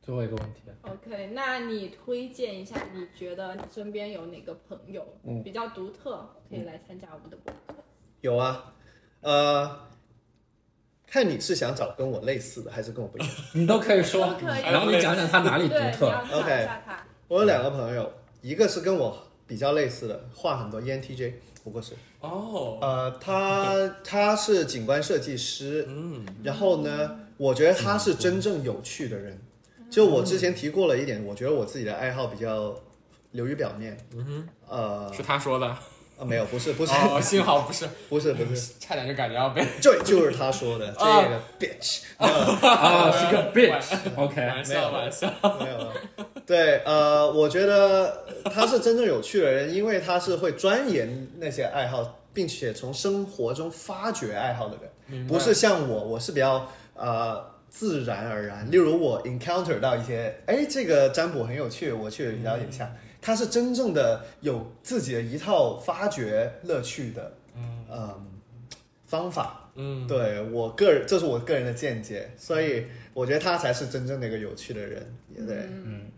S5: 最后一个问题，
S3: OK，那你推荐一下，你觉得你身边有哪个朋友
S5: 嗯
S3: 比较独特，可以来参加我们的播客？
S4: 有啊，呃，看你是想找跟我类似的，还是跟我 不一样？
S5: 你都可以说
S3: 都，可以
S5: 然后你讲讲他哪里
S3: 对，
S5: 独
S3: 你要
S5: 特。
S3: 找一下他。
S4: 我有两个朋友，一个是跟我比较类似的，画很多 ENTJ，不过是
S1: 哦，
S4: 呃，他他是景观设计师，
S1: 嗯，
S4: 然后呢，我觉得他是真正有趣的人。
S1: 嗯
S4: 就我之前提过了一点，我觉得我自己的爱好比较流于表面。嗯呃
S1: 是他说的，
S4: 呃，没有，不是，不是，
S1: 哦，幸好不是，
S4: 不是，不是，
S1: 差点就感觉要被
S4: 就就是他说的这
S1: 哦
S4: 个 bitch，
S5: 啊，是个 bitch。
S1: 玩
S5: OK，
S1: 玩笑
S4: 没有
S1: 玩笑，
S4: 没有了。对，呃，我觉得他是真正有趣的人，因为他是会钻研那些爱好，并且从生活中发掘爱好的人，不是像我，我是比较呃自然而然。例如我 encounter 到一些，哎，这个占卜很有趣，我去了解一下。他是真正的有自己的一套发掘乐趣的，嗯、方法。
S1: 嗯，
S4: 对我个人，这是我个人的见解，所以我觉得他才是真正的一个有趣的人，也对，嗯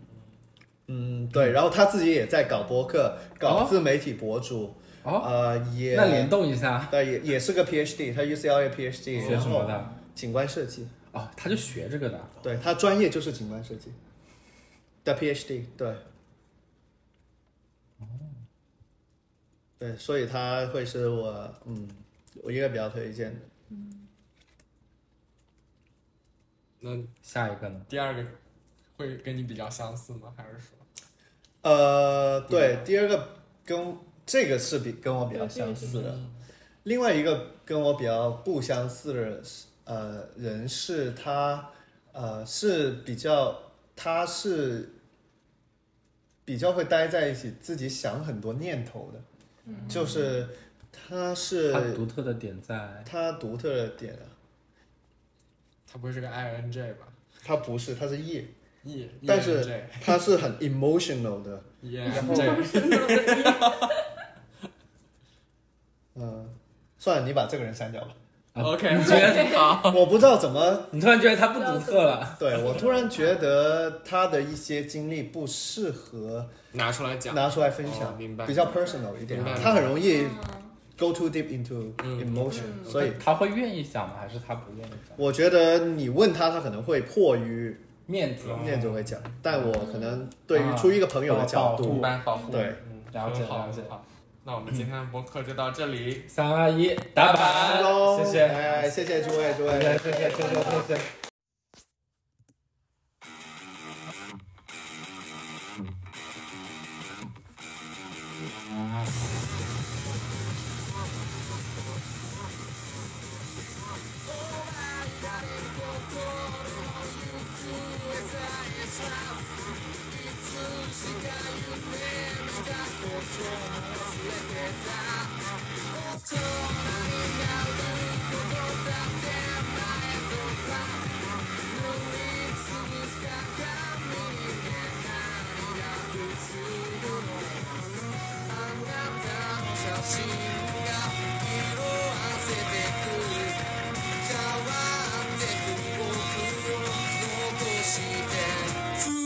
S4: 嗯，对，然后他自己也在搞播客，搞
S5: 哦
S4: 自媒体博主，
S5: 哦，
S4: 呃，也
S5: 那联动一下。
S4: 对，呃也也是个 PhD，他 UCLA PhD，
S5: 学
S4: 然
S5: 什么
S4: 后
S5: 的？
S4: 景观设计，
S5: 哦，他就学这个的。
S4: 对他专业就是景观设计的 PhD，对，
S5: 哦
S4: 对，所以他会是我嗯，我一个比较推荐的。
S1: 那
S5: 下一个呢？
S1: 第二个会跟你比较相似吗？还是说
S4: 呃，对，第二个跟这个是比跟我比较相似的，另外一个跟我比较不相似的是呃人是他呃是比较他是比较会待在一起，自己想很多念头的，就是他是
S5: 他独特的点在
S4: 他独特的点啊，
S1: 他不会是个 INJ 吧
S4: 他不是他是 E，
S1: ？E，
S4: 但是他是很 emotional 的，
S1: ENJ，
S4: 嗯、算了，你把这个人删掉吧。
S1: OK，我觉
S4: 嗯
S1: 得好。
S4: 我不知道怎么，
S5: 你突然觉得他不独特了，
S4: 对我突然觉得他的一些经历不适合
S1: 拿出来讲，
S4: 拿出来分
S1: 哦
S4: 享
S1: 明白，
S4: 比较 personal 一点啊
S1: 明白，
S4: 他很容易
S3: 嗯
S4: go too deep into
S1: 嗯
S4: emotion，
S3: 嗯
S4: 所以
S5: 他会愿意讲吗？还是他不愿意讲？
S4: 我觉得你问他，他可能会迫于
S5: 面子，
S4: 面子会讲，
S1: 嗯
S4: 但我可能对
S5: 啊
S4: 于出于一个朋友的角
S5: 保
S4: 度
S5: 护
S1: 明，白保护。
S4: 对
S5: 嗯了解
S1: 很好
S5: 了解。
S1: 好，那我们今天的播客就到这里。
S5: 三二一，打板，
S4: 喽，
S5: 谢谢，
S4: 哎，谢谢诸位，诸
S5: 谢
S4: 位。
S5: 谢，谢谢，谢谢，谢谢。
S6: 「私の中の誰か」